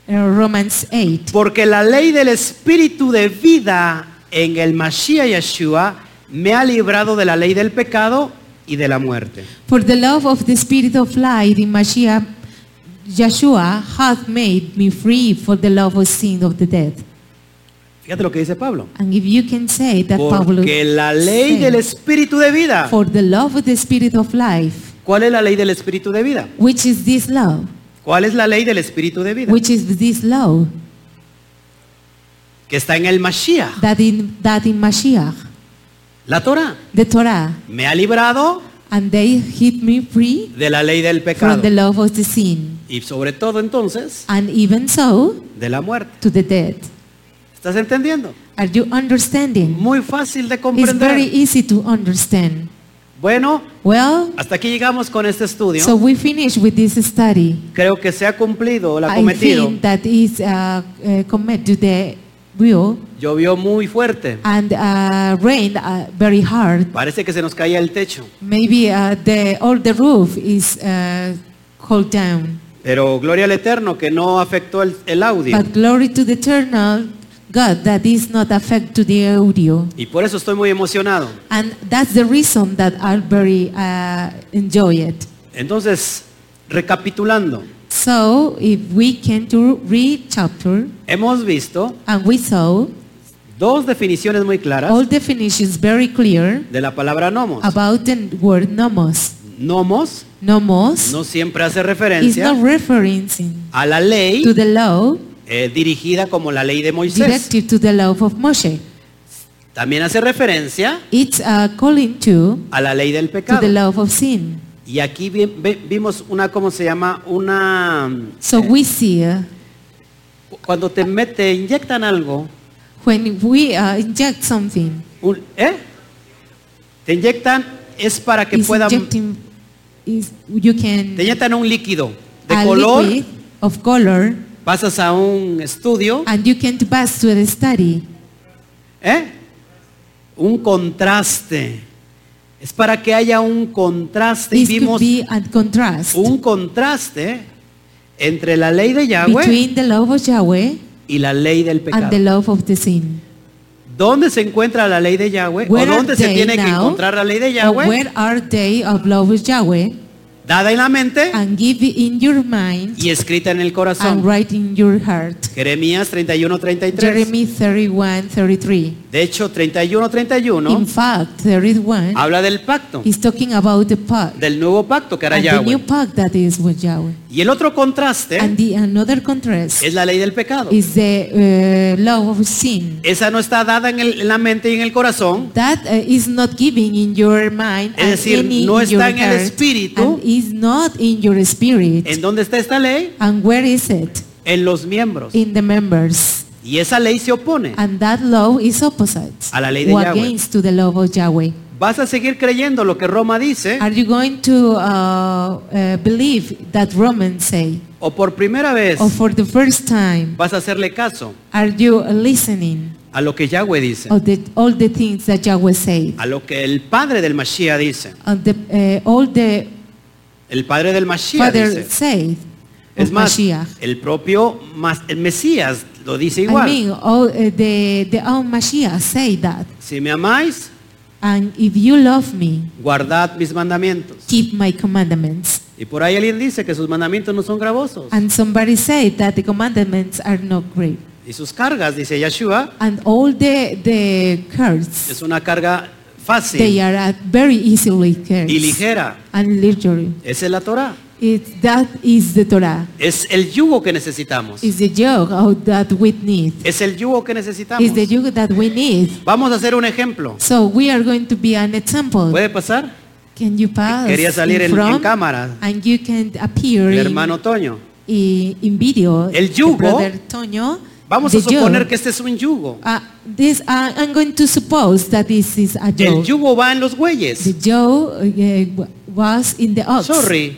Uh, Romans 8.
Porque la ley del Espíritu de vida en el Mashiach Yeshua me ha librado de la ley del pecado y de la muerte.
For the love of the spirit of life in Mashiach Yeshua hath made me free for the love of sin of the dead.
Fíjate lo que dice Pablo.
And if you can say that Pablo
Porque la ley
said,
del Espíritu de vida.
for the love of the spirit of life,
¿Cuál es la ley del Espíritu de vida?
which is this love,
¿Cuál es la ley del Espíritu de vida?
which is this love
Que está en el Mashiach,
that in that in Mashiach,
la Torah.
the Torah,
Me ha librado
and they hit me free
de la ley del
from
pecado.
the love of the sin,
Y sobre todo entonces,
and even so
de la muerte.
to the dead.
¿Estás entendiendo?
Are you understanding?
Muy fácil de
It's very
comprender.
easy to understand.
Bueno,
Well,
hasta aquí llegamos con este estudio.
so we finish with this study.
Creo que se ha cumplido, la ha
I
cometido.
think that is uh, uh, commit to the will
Llovió muy fuerte.
and uh, rain uh, very hard.
Parece que se nos caía el techo.
Maybe uh, the all the roof is uh, hold down.
Pero gloria al Eterno que no afectó el, el audio.
But glory to the eternal God that is not affect to the audio.
Y por eso estoy muy emocionado.
And that's the reason that I very uh, enjoy it.
Entonces, recapitulando,
So if we can do read chapter
hemos visto
and we saw
dos definiciones muy
all
claras
definitions very clear
de la palabra nomos.
about the word nomos.
Nomos
Nomos
no siempre hace
is
referencia
not referencing
a la ley
to the law
eh, dirigida como la ley de Moisés.
directive to the law of Moshe.
También hace referencia
It's uh, calling to
a la ley del
to
pecado.
the law of sin.
Y aquí vi- ve- vimos una, ¿cómo se llama? Una...
So
Eh.
we see uh,
Cuando te mete, inyectan algo.
when we uh, inject something,
un- ¿Eh? Te inyectan, es para que
is
puedan...
injecting is you can
Te inyectan un líquido de
a
color,
liquid of color
pasas a un estudio,
and you can pass to the study.
¿eh? Un contraste. Es para que haya un contraste. Y
This
vimos
could
Uh,
be a contrast
un contraste entre la ley de Yahweh
between the love of Yahweh
y la ley del
and the
pecado.
love of the sin.
¿Dónde se encuentra la ley de Yahweh? ¿O
Where are
dónde se
they
tiene que
now?
encontrar la ley de
Or
Yahweh?
where are they of love of Yahweh
Dada en la mente
and give in your mind
y escrita en el
and
corazón.
write in your heart.
Jeremías 31, 33.
Jeremy 31, 33.
De hecho, 31,
In
31
fact, 31
habla del pacto,
is talking about the pact,
del nuevo pacto que hará
and the new
Yahweh.
pact that is with Yahweh.
Y el otro contraste
And the another contrast
es la ley del pecado.
is the uh, love of sin.
Esa no está dada en, el- en la mente y en el corazón.
That uh, is not giving in your mind
Es decir,
and any
no
in your
está en el
heart,
espíritu.
and is not in your spirit.
¿En dónde está esta ley?
and where is it?
En los miembros.
In the members.
Y esa ley se opone.
And that law is opposite
A la ley de
or
Yahweh.
against to the law of Yahweh.
Vas a seguir creyendo lo que Roma dice
Are you going to uh, uh, believe that Romans say,
o por primera vez
or for the first time,
vas a hacerle caso
are you listening
a lo que Yahweh dice,
of the, all the things that Yahweh said,
a lo que el padre del Mashiach dice.
and the, uh, all the
El padre del Mashiach
Father
dice.
said?
Es
of
más,
Mashiach.
el propio Mas- el Mesías lo dice
I
igual.
mean, all, uh, the, the own Mashiach say that.
Si me amáis,
And if you love me,
guardad mis mandamientos.
keep my commandments.
Y por ahí alguien dice que sus mandamientos no son gravosos.
And somebody said that the commandments are not great.
Y sus cargas, dice Yeshua,
And all the, the curse,
es una carga
they
fácil
are uh, very easily
y
cursed.
ligera.
And literally,
Esa es la Torah.
it, that is the Torah.
Es el yugo que necesitamos.
Is the yoke of that we need.
Es el yugo que
Is
necesitamos.
the yoke that we need.
Vamos a hacer un ejemplo.
So we are going to be an example.
¿Puede pasar?
Can you pass
Quería salir
in
en, en
front?
cámara.
And you can appear
El
in
hermano Toño.
y in video
El
the
yugo.
brother Toño,
Vamos
the
a suponer
yoke,
que este es un yugo.
uh, this uh, I'm going to suppose that this is a
El
joke.
yugo va en los bueyes.
The joke uh, w- was in the ox.
Sorry.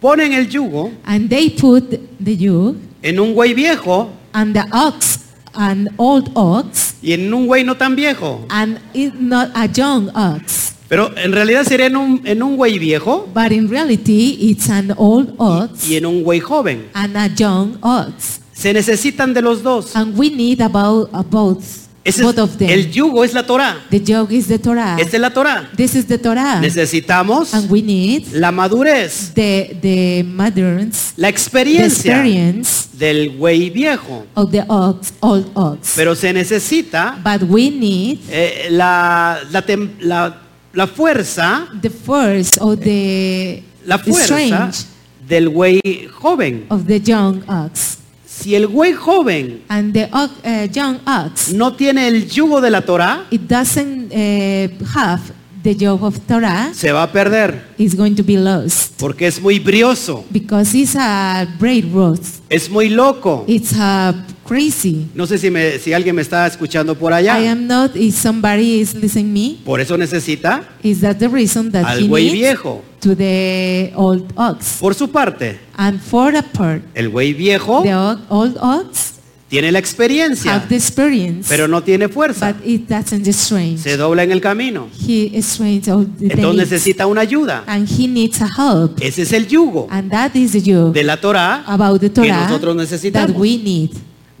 Ponen el yugo
And they put the yoke
en un güey viejo
and the ox an old ox
y en un güey no tan viejo.
and it not a young ox.
Pero en realidad sería en un, en un güey viejo
But in reality it's an old ox
y en un güey joven.
and a young ox.
Se necesitan de los dos.
And we need about uh, both
Ese
Ah, both of
es,
them. Ah.
el yugo es la Torah.
the yoke is the Torah.
Esta es la Torah.
This is the Torah.
Necesitamos
And we need
la madurez,
the the moderns,
la
the
experiencia
experience
del güey viejo.
of the ox, old ox.
Pero se necesita
but we need
eh, la, la tem- la- la fuerza,
the force or the,
la
the
fuerza
strength
del güey joven.
of the young ox.
Si el güey joven
And the ox, uh, young ox,
no tiene el yugo de la Torah,
it doesn't uh, have the yoke of Torah,
se va a perder
is going to be lost
porque es muy brioso,
because it's a great road.
es muy loco.
It's a crazy.
No sé si, me- si alguien me está escuchando por
I
allá.
am not. If somebody is listening me,
Por eso necesita,
is that the reason that
Al
he
buey
needs
viejo.
to the old ox?
por su parte,
And for a part,
Oh. el güey viejo
the o- old ox
Tiene la experiencia,
have the experience,
pero no tiene fuerza.
but it doesn't restrain.
Se dobla en el camino.
He restrains all the
Entonces
needs,
necesita una ayuda.
and he needs a help,
Ese es el yugo
and that is the yoke
de la Torah
about the
que
Torah
nosotros
that
necesitamos.
we need.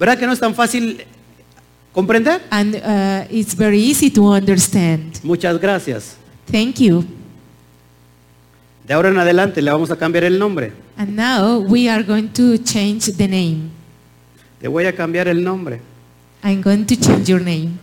¿Verdad que no es tan fácil comprender?
And uh, it's very easy to understand.
Muchas gracias.
Thank you.
De ahora en adelante le vamos a cambiar el nombre.
And now we are going to change the name.
Te voy a cambiar el nombre.
I'm going to change your name.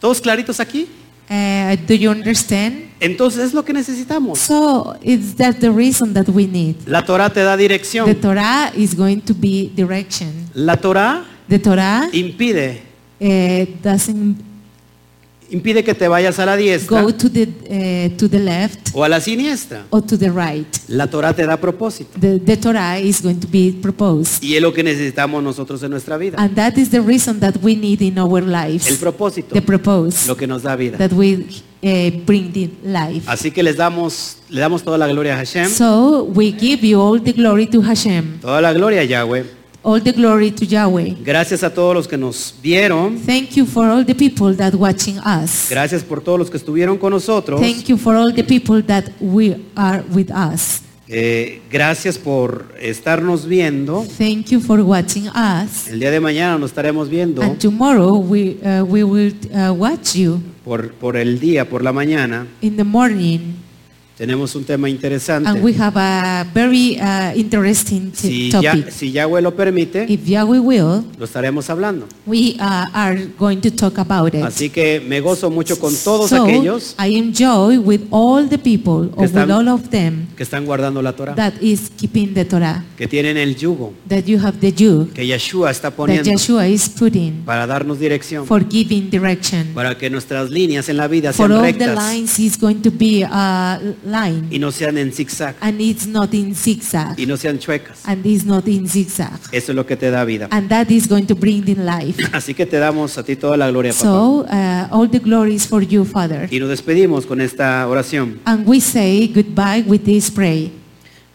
¿Todos claritos aquí?
Uh, do you understand?
Entonces es lo que necesitamos.
So it's that the reason that we need.
La Torah te da
The
dirección.
Torah is going to be direction.
La Torah
The Torah
impide,
uh, doesn't
impide que te vayas a la diestra
go to the uh, to the left
o a la siniestra.
or to the right.
La Torah te da propósito.
The, the Torah is going to be proposed,
Y es lo que necesitamos nosotros en nuestra vida.
and that is the reason that we need in our
El
lives
propósito,
the propose.
lo que nos da vida.
that will uh, bring the life.
Así que les damos, le damos toda la gloria a Hashem,
So we give you all the glory to Hashem,
toda la gloria a Yahweh.
all the glory to Yahweh.
Gracias a todos los que nos vieron.
Thank you for all the people that watching us.
Gracias por todos los que estuvieron con nosotros.
Thank you for all the people that we are with us.
Eh, gracias por estarnos viendo.
Thank you for watching us.
El día de mañana nos estaremos viendo
And tomorrow we uh, we will uh, watch you
por, por el día, por la mañana.
in the morning,
Tenemos un tema
and we
interesante.
have a very uh, interesting t-
Si, ya,
topic.
si Yahweh lo permite,
If Yahweh will,
lo estaremos hablando.
we uh, are going to talk about it.
Así que me gozo mucho con todos
so,
aquellos
I enjoy with all the people, or
están-
with all of them,
que están guardando la Torah,
that is keeping the Torah,
que tienen el yugo
that you have the Jew,
que Yeshua está
that
poniendo
Yeshua is putting
para darnos dirección,
for giving direction.
para que nuestras líneas en la vida
For
sean
all the
rectas
lines is going to be a line,
y no sean en zigzag
and it's not in zigzag,
y no sean chuecas.
and it's not in zigzag,
Eso es lo que te da vida.
and that is going to bring in life.
Así que te damos a ti toda la gloria, papá.
So, uh, all the glory is for you, Father.
Y nos despedimos con esta oración.
And we say goodbye with this prayer.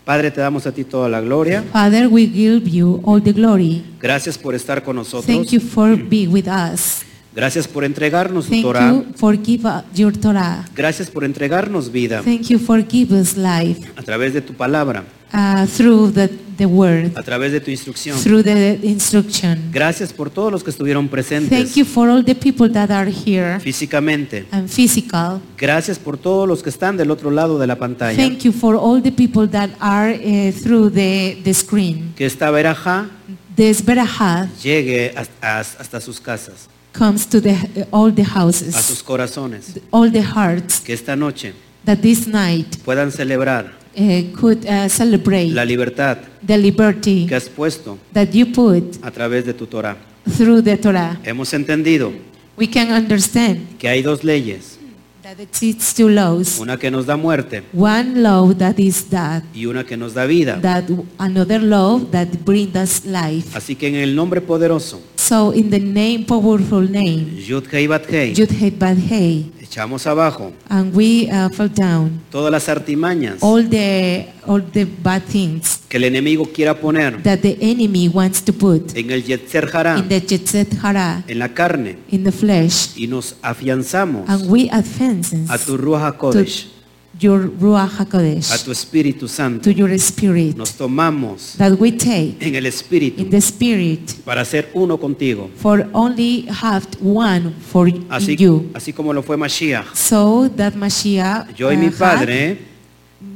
Padre, te damos a ti toda la gloria.
Father, we give you all the glory.
Gracias por estar con nosotros.
Thank you for being with us.
Gracias por entregarnos tu
Thank
Torah.
you for give us your Torah.
Gracias por entregarnos vida
Thank you for give us life
a través de tu palabra,
uh, through the, the word,
a través de tu instrucción.
through the instruction.
Gracias por todos los que estuvieron
Thank
presentes
you for all the people that are here
físicamente.
and physical.
Gracias por todos los que están del otro lado de la pantalla.
Thank you for all the people that are uh, through the, the screen.
Que esta veraja
This Beraha
llegue hasta, hasta sus casas,
comes to the, all the
a sus
houses,
corazones.
all the hearts
Que esta noche
that this night
puedan celebrar
uh, could uh, celebrate
la libertad
the liberty
que has puesto
that you put
a través de tu Torah.
through the Torah.
Hemos entendido
We can understand
que hay dos leyes,
that exists two laws.
una que nos da muerte
One law that is that,
y una que nos da vida.
that another law that brings us life.
Así que en el nombre poderoso,
So in the name, powerful name,
Yud Hei Bat Hei,
Yud Hey Bad Hey,
echamos abajo
and we uh, fall down
todas las artimañas
all the all the bad things
que el enemigo quiera poner
that the enemy wants to put
en el Yetzer Hará,
in the Jetzet Hara,
en la carne,
in the flesh,
y nos afianzamos
and we advance
a tu Ruach
to
HaKodesh,
your Ruach
a
Hakodesh,
tu Espíritu Santo.
to your spirit
Nos tomamos
that we take
en el Espíritu
in the spirit
para ser uno contigo,
for only have one for in
así,
you.
así como lo fue Mashiach.
So that Mashiach,
Yo y mi
uh, had
Padre,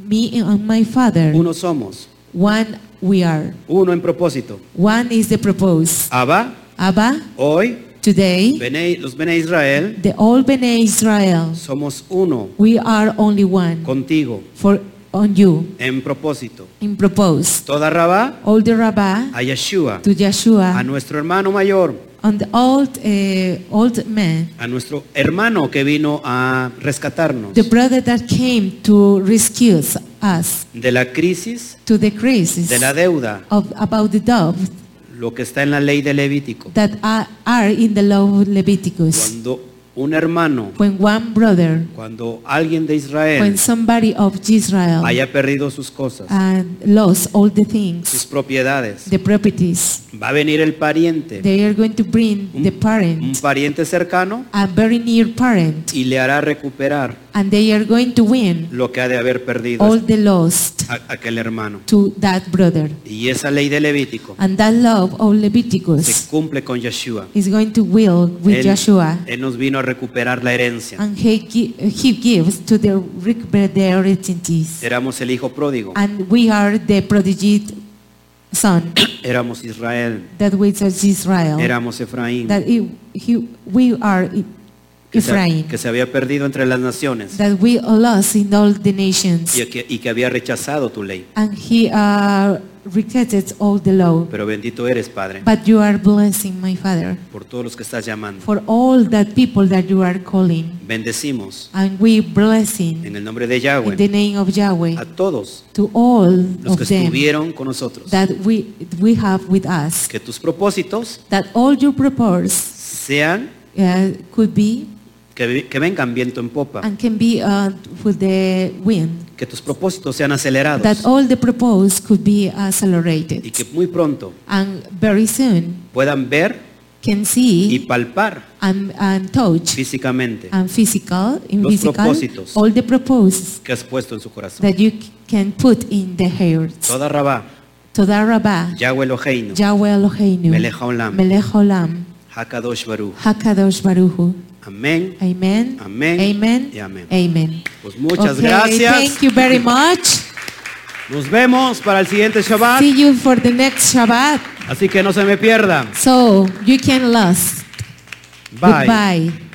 me and my Father,
uno somos,
one we are.
uno en propósito.
One is the propose.
Abba,
Abba,
hoy,
today,
Bene- los Bene Israel,
the all Bene Israel,
somos uno
we are only one
contigo,
for on you
en propósito.
in propose.
Toda Rabá
All the Rabbah
a Yeshua,
to
a
Yeshua,
nuestro hermano mayor,
and the old uh, old man.
a nuestro hermano que vino a rescatarnos
The brother that came to rescue us
de la crisis,
to the crisis
de la deuda,
of, about the dove
lo que está en la ley de Levítico.
that are, are in the law of Leviticus.
Cuando un hermano,
when one brother,
cuando alguien de
when
Israel
somebody of Israel
haya perdido sus cosas,
Ah, and lost all the
sus
things,
propiedades,
the properties,
va a venir el pariente,
they are going to bring the
un
parent,
pariente cercano,
a very near parent,
y le hará recuperar
and they are going to win
lo que ha de haber perdido
all the lost
a- aquel hermano.
to that brother.
Y esa ley de Levítico
And that love of
se
Leviticus
cumple con Yeshua.
is going to will with Ah,
Él-
Joshua,
él nos vino a recuperar la herencia.
and he, gi- he gives to the recuperate their identities.
Éramos el hijo pródigo,
And we are the prodigy son
éramos Israel,
that waits as Israel.
éramos Efraín,
That he, he, we are E-
que se,
Ephraim.
que se había perdido entre las naciones
That we are lost in all the nations.
y que, y que había rechazado tu ley.
And he uh, rejected all the law.
Pero bendito eres, Padre,
But you are blessing my father
por todos los que estás llamando.
for all that people that you are calling.
Bendecimos
And we blessing
en el nombre de
in the
Yahweh
name of Yahweh
a todos
to all
los que
of them
estuvieron con nosotros.
that we, we have with us.
Que tus propósitos
That all your purpose
sean
uh, could be
que, vi- que vengan viento en popa,
and can be uh, with the wind.
que tus propósitos sean acelerados
That all the proposed could be
y
accelerated
que muy pronto
and very soon
puedan ver
can
y
see
palpar
and, and touch
físicamente
and physical, in
Los
physical,
propósitos.
all the proposed
que has puesto en su corazón.
that you c- can put in the hearts.
Toda Rabá,
Toda Rabbah,
Yahweh Eloheinu,
Yahweh Eloheinu,
Melech haolam.
Melech haolam,
Hakadosh Baruch.
Hakadosh Baruch Hu.
Amén.
Amen.
Amén
Amen.
y amén.
Amen.
Pues muchas
Okay,
gracias.
Thank you very much.
Nos vemos para el siguiente Shabbat.
See you for the next Shabbat.
Así que no se me pierdan.
So you can last.
Bye.
Goodbye.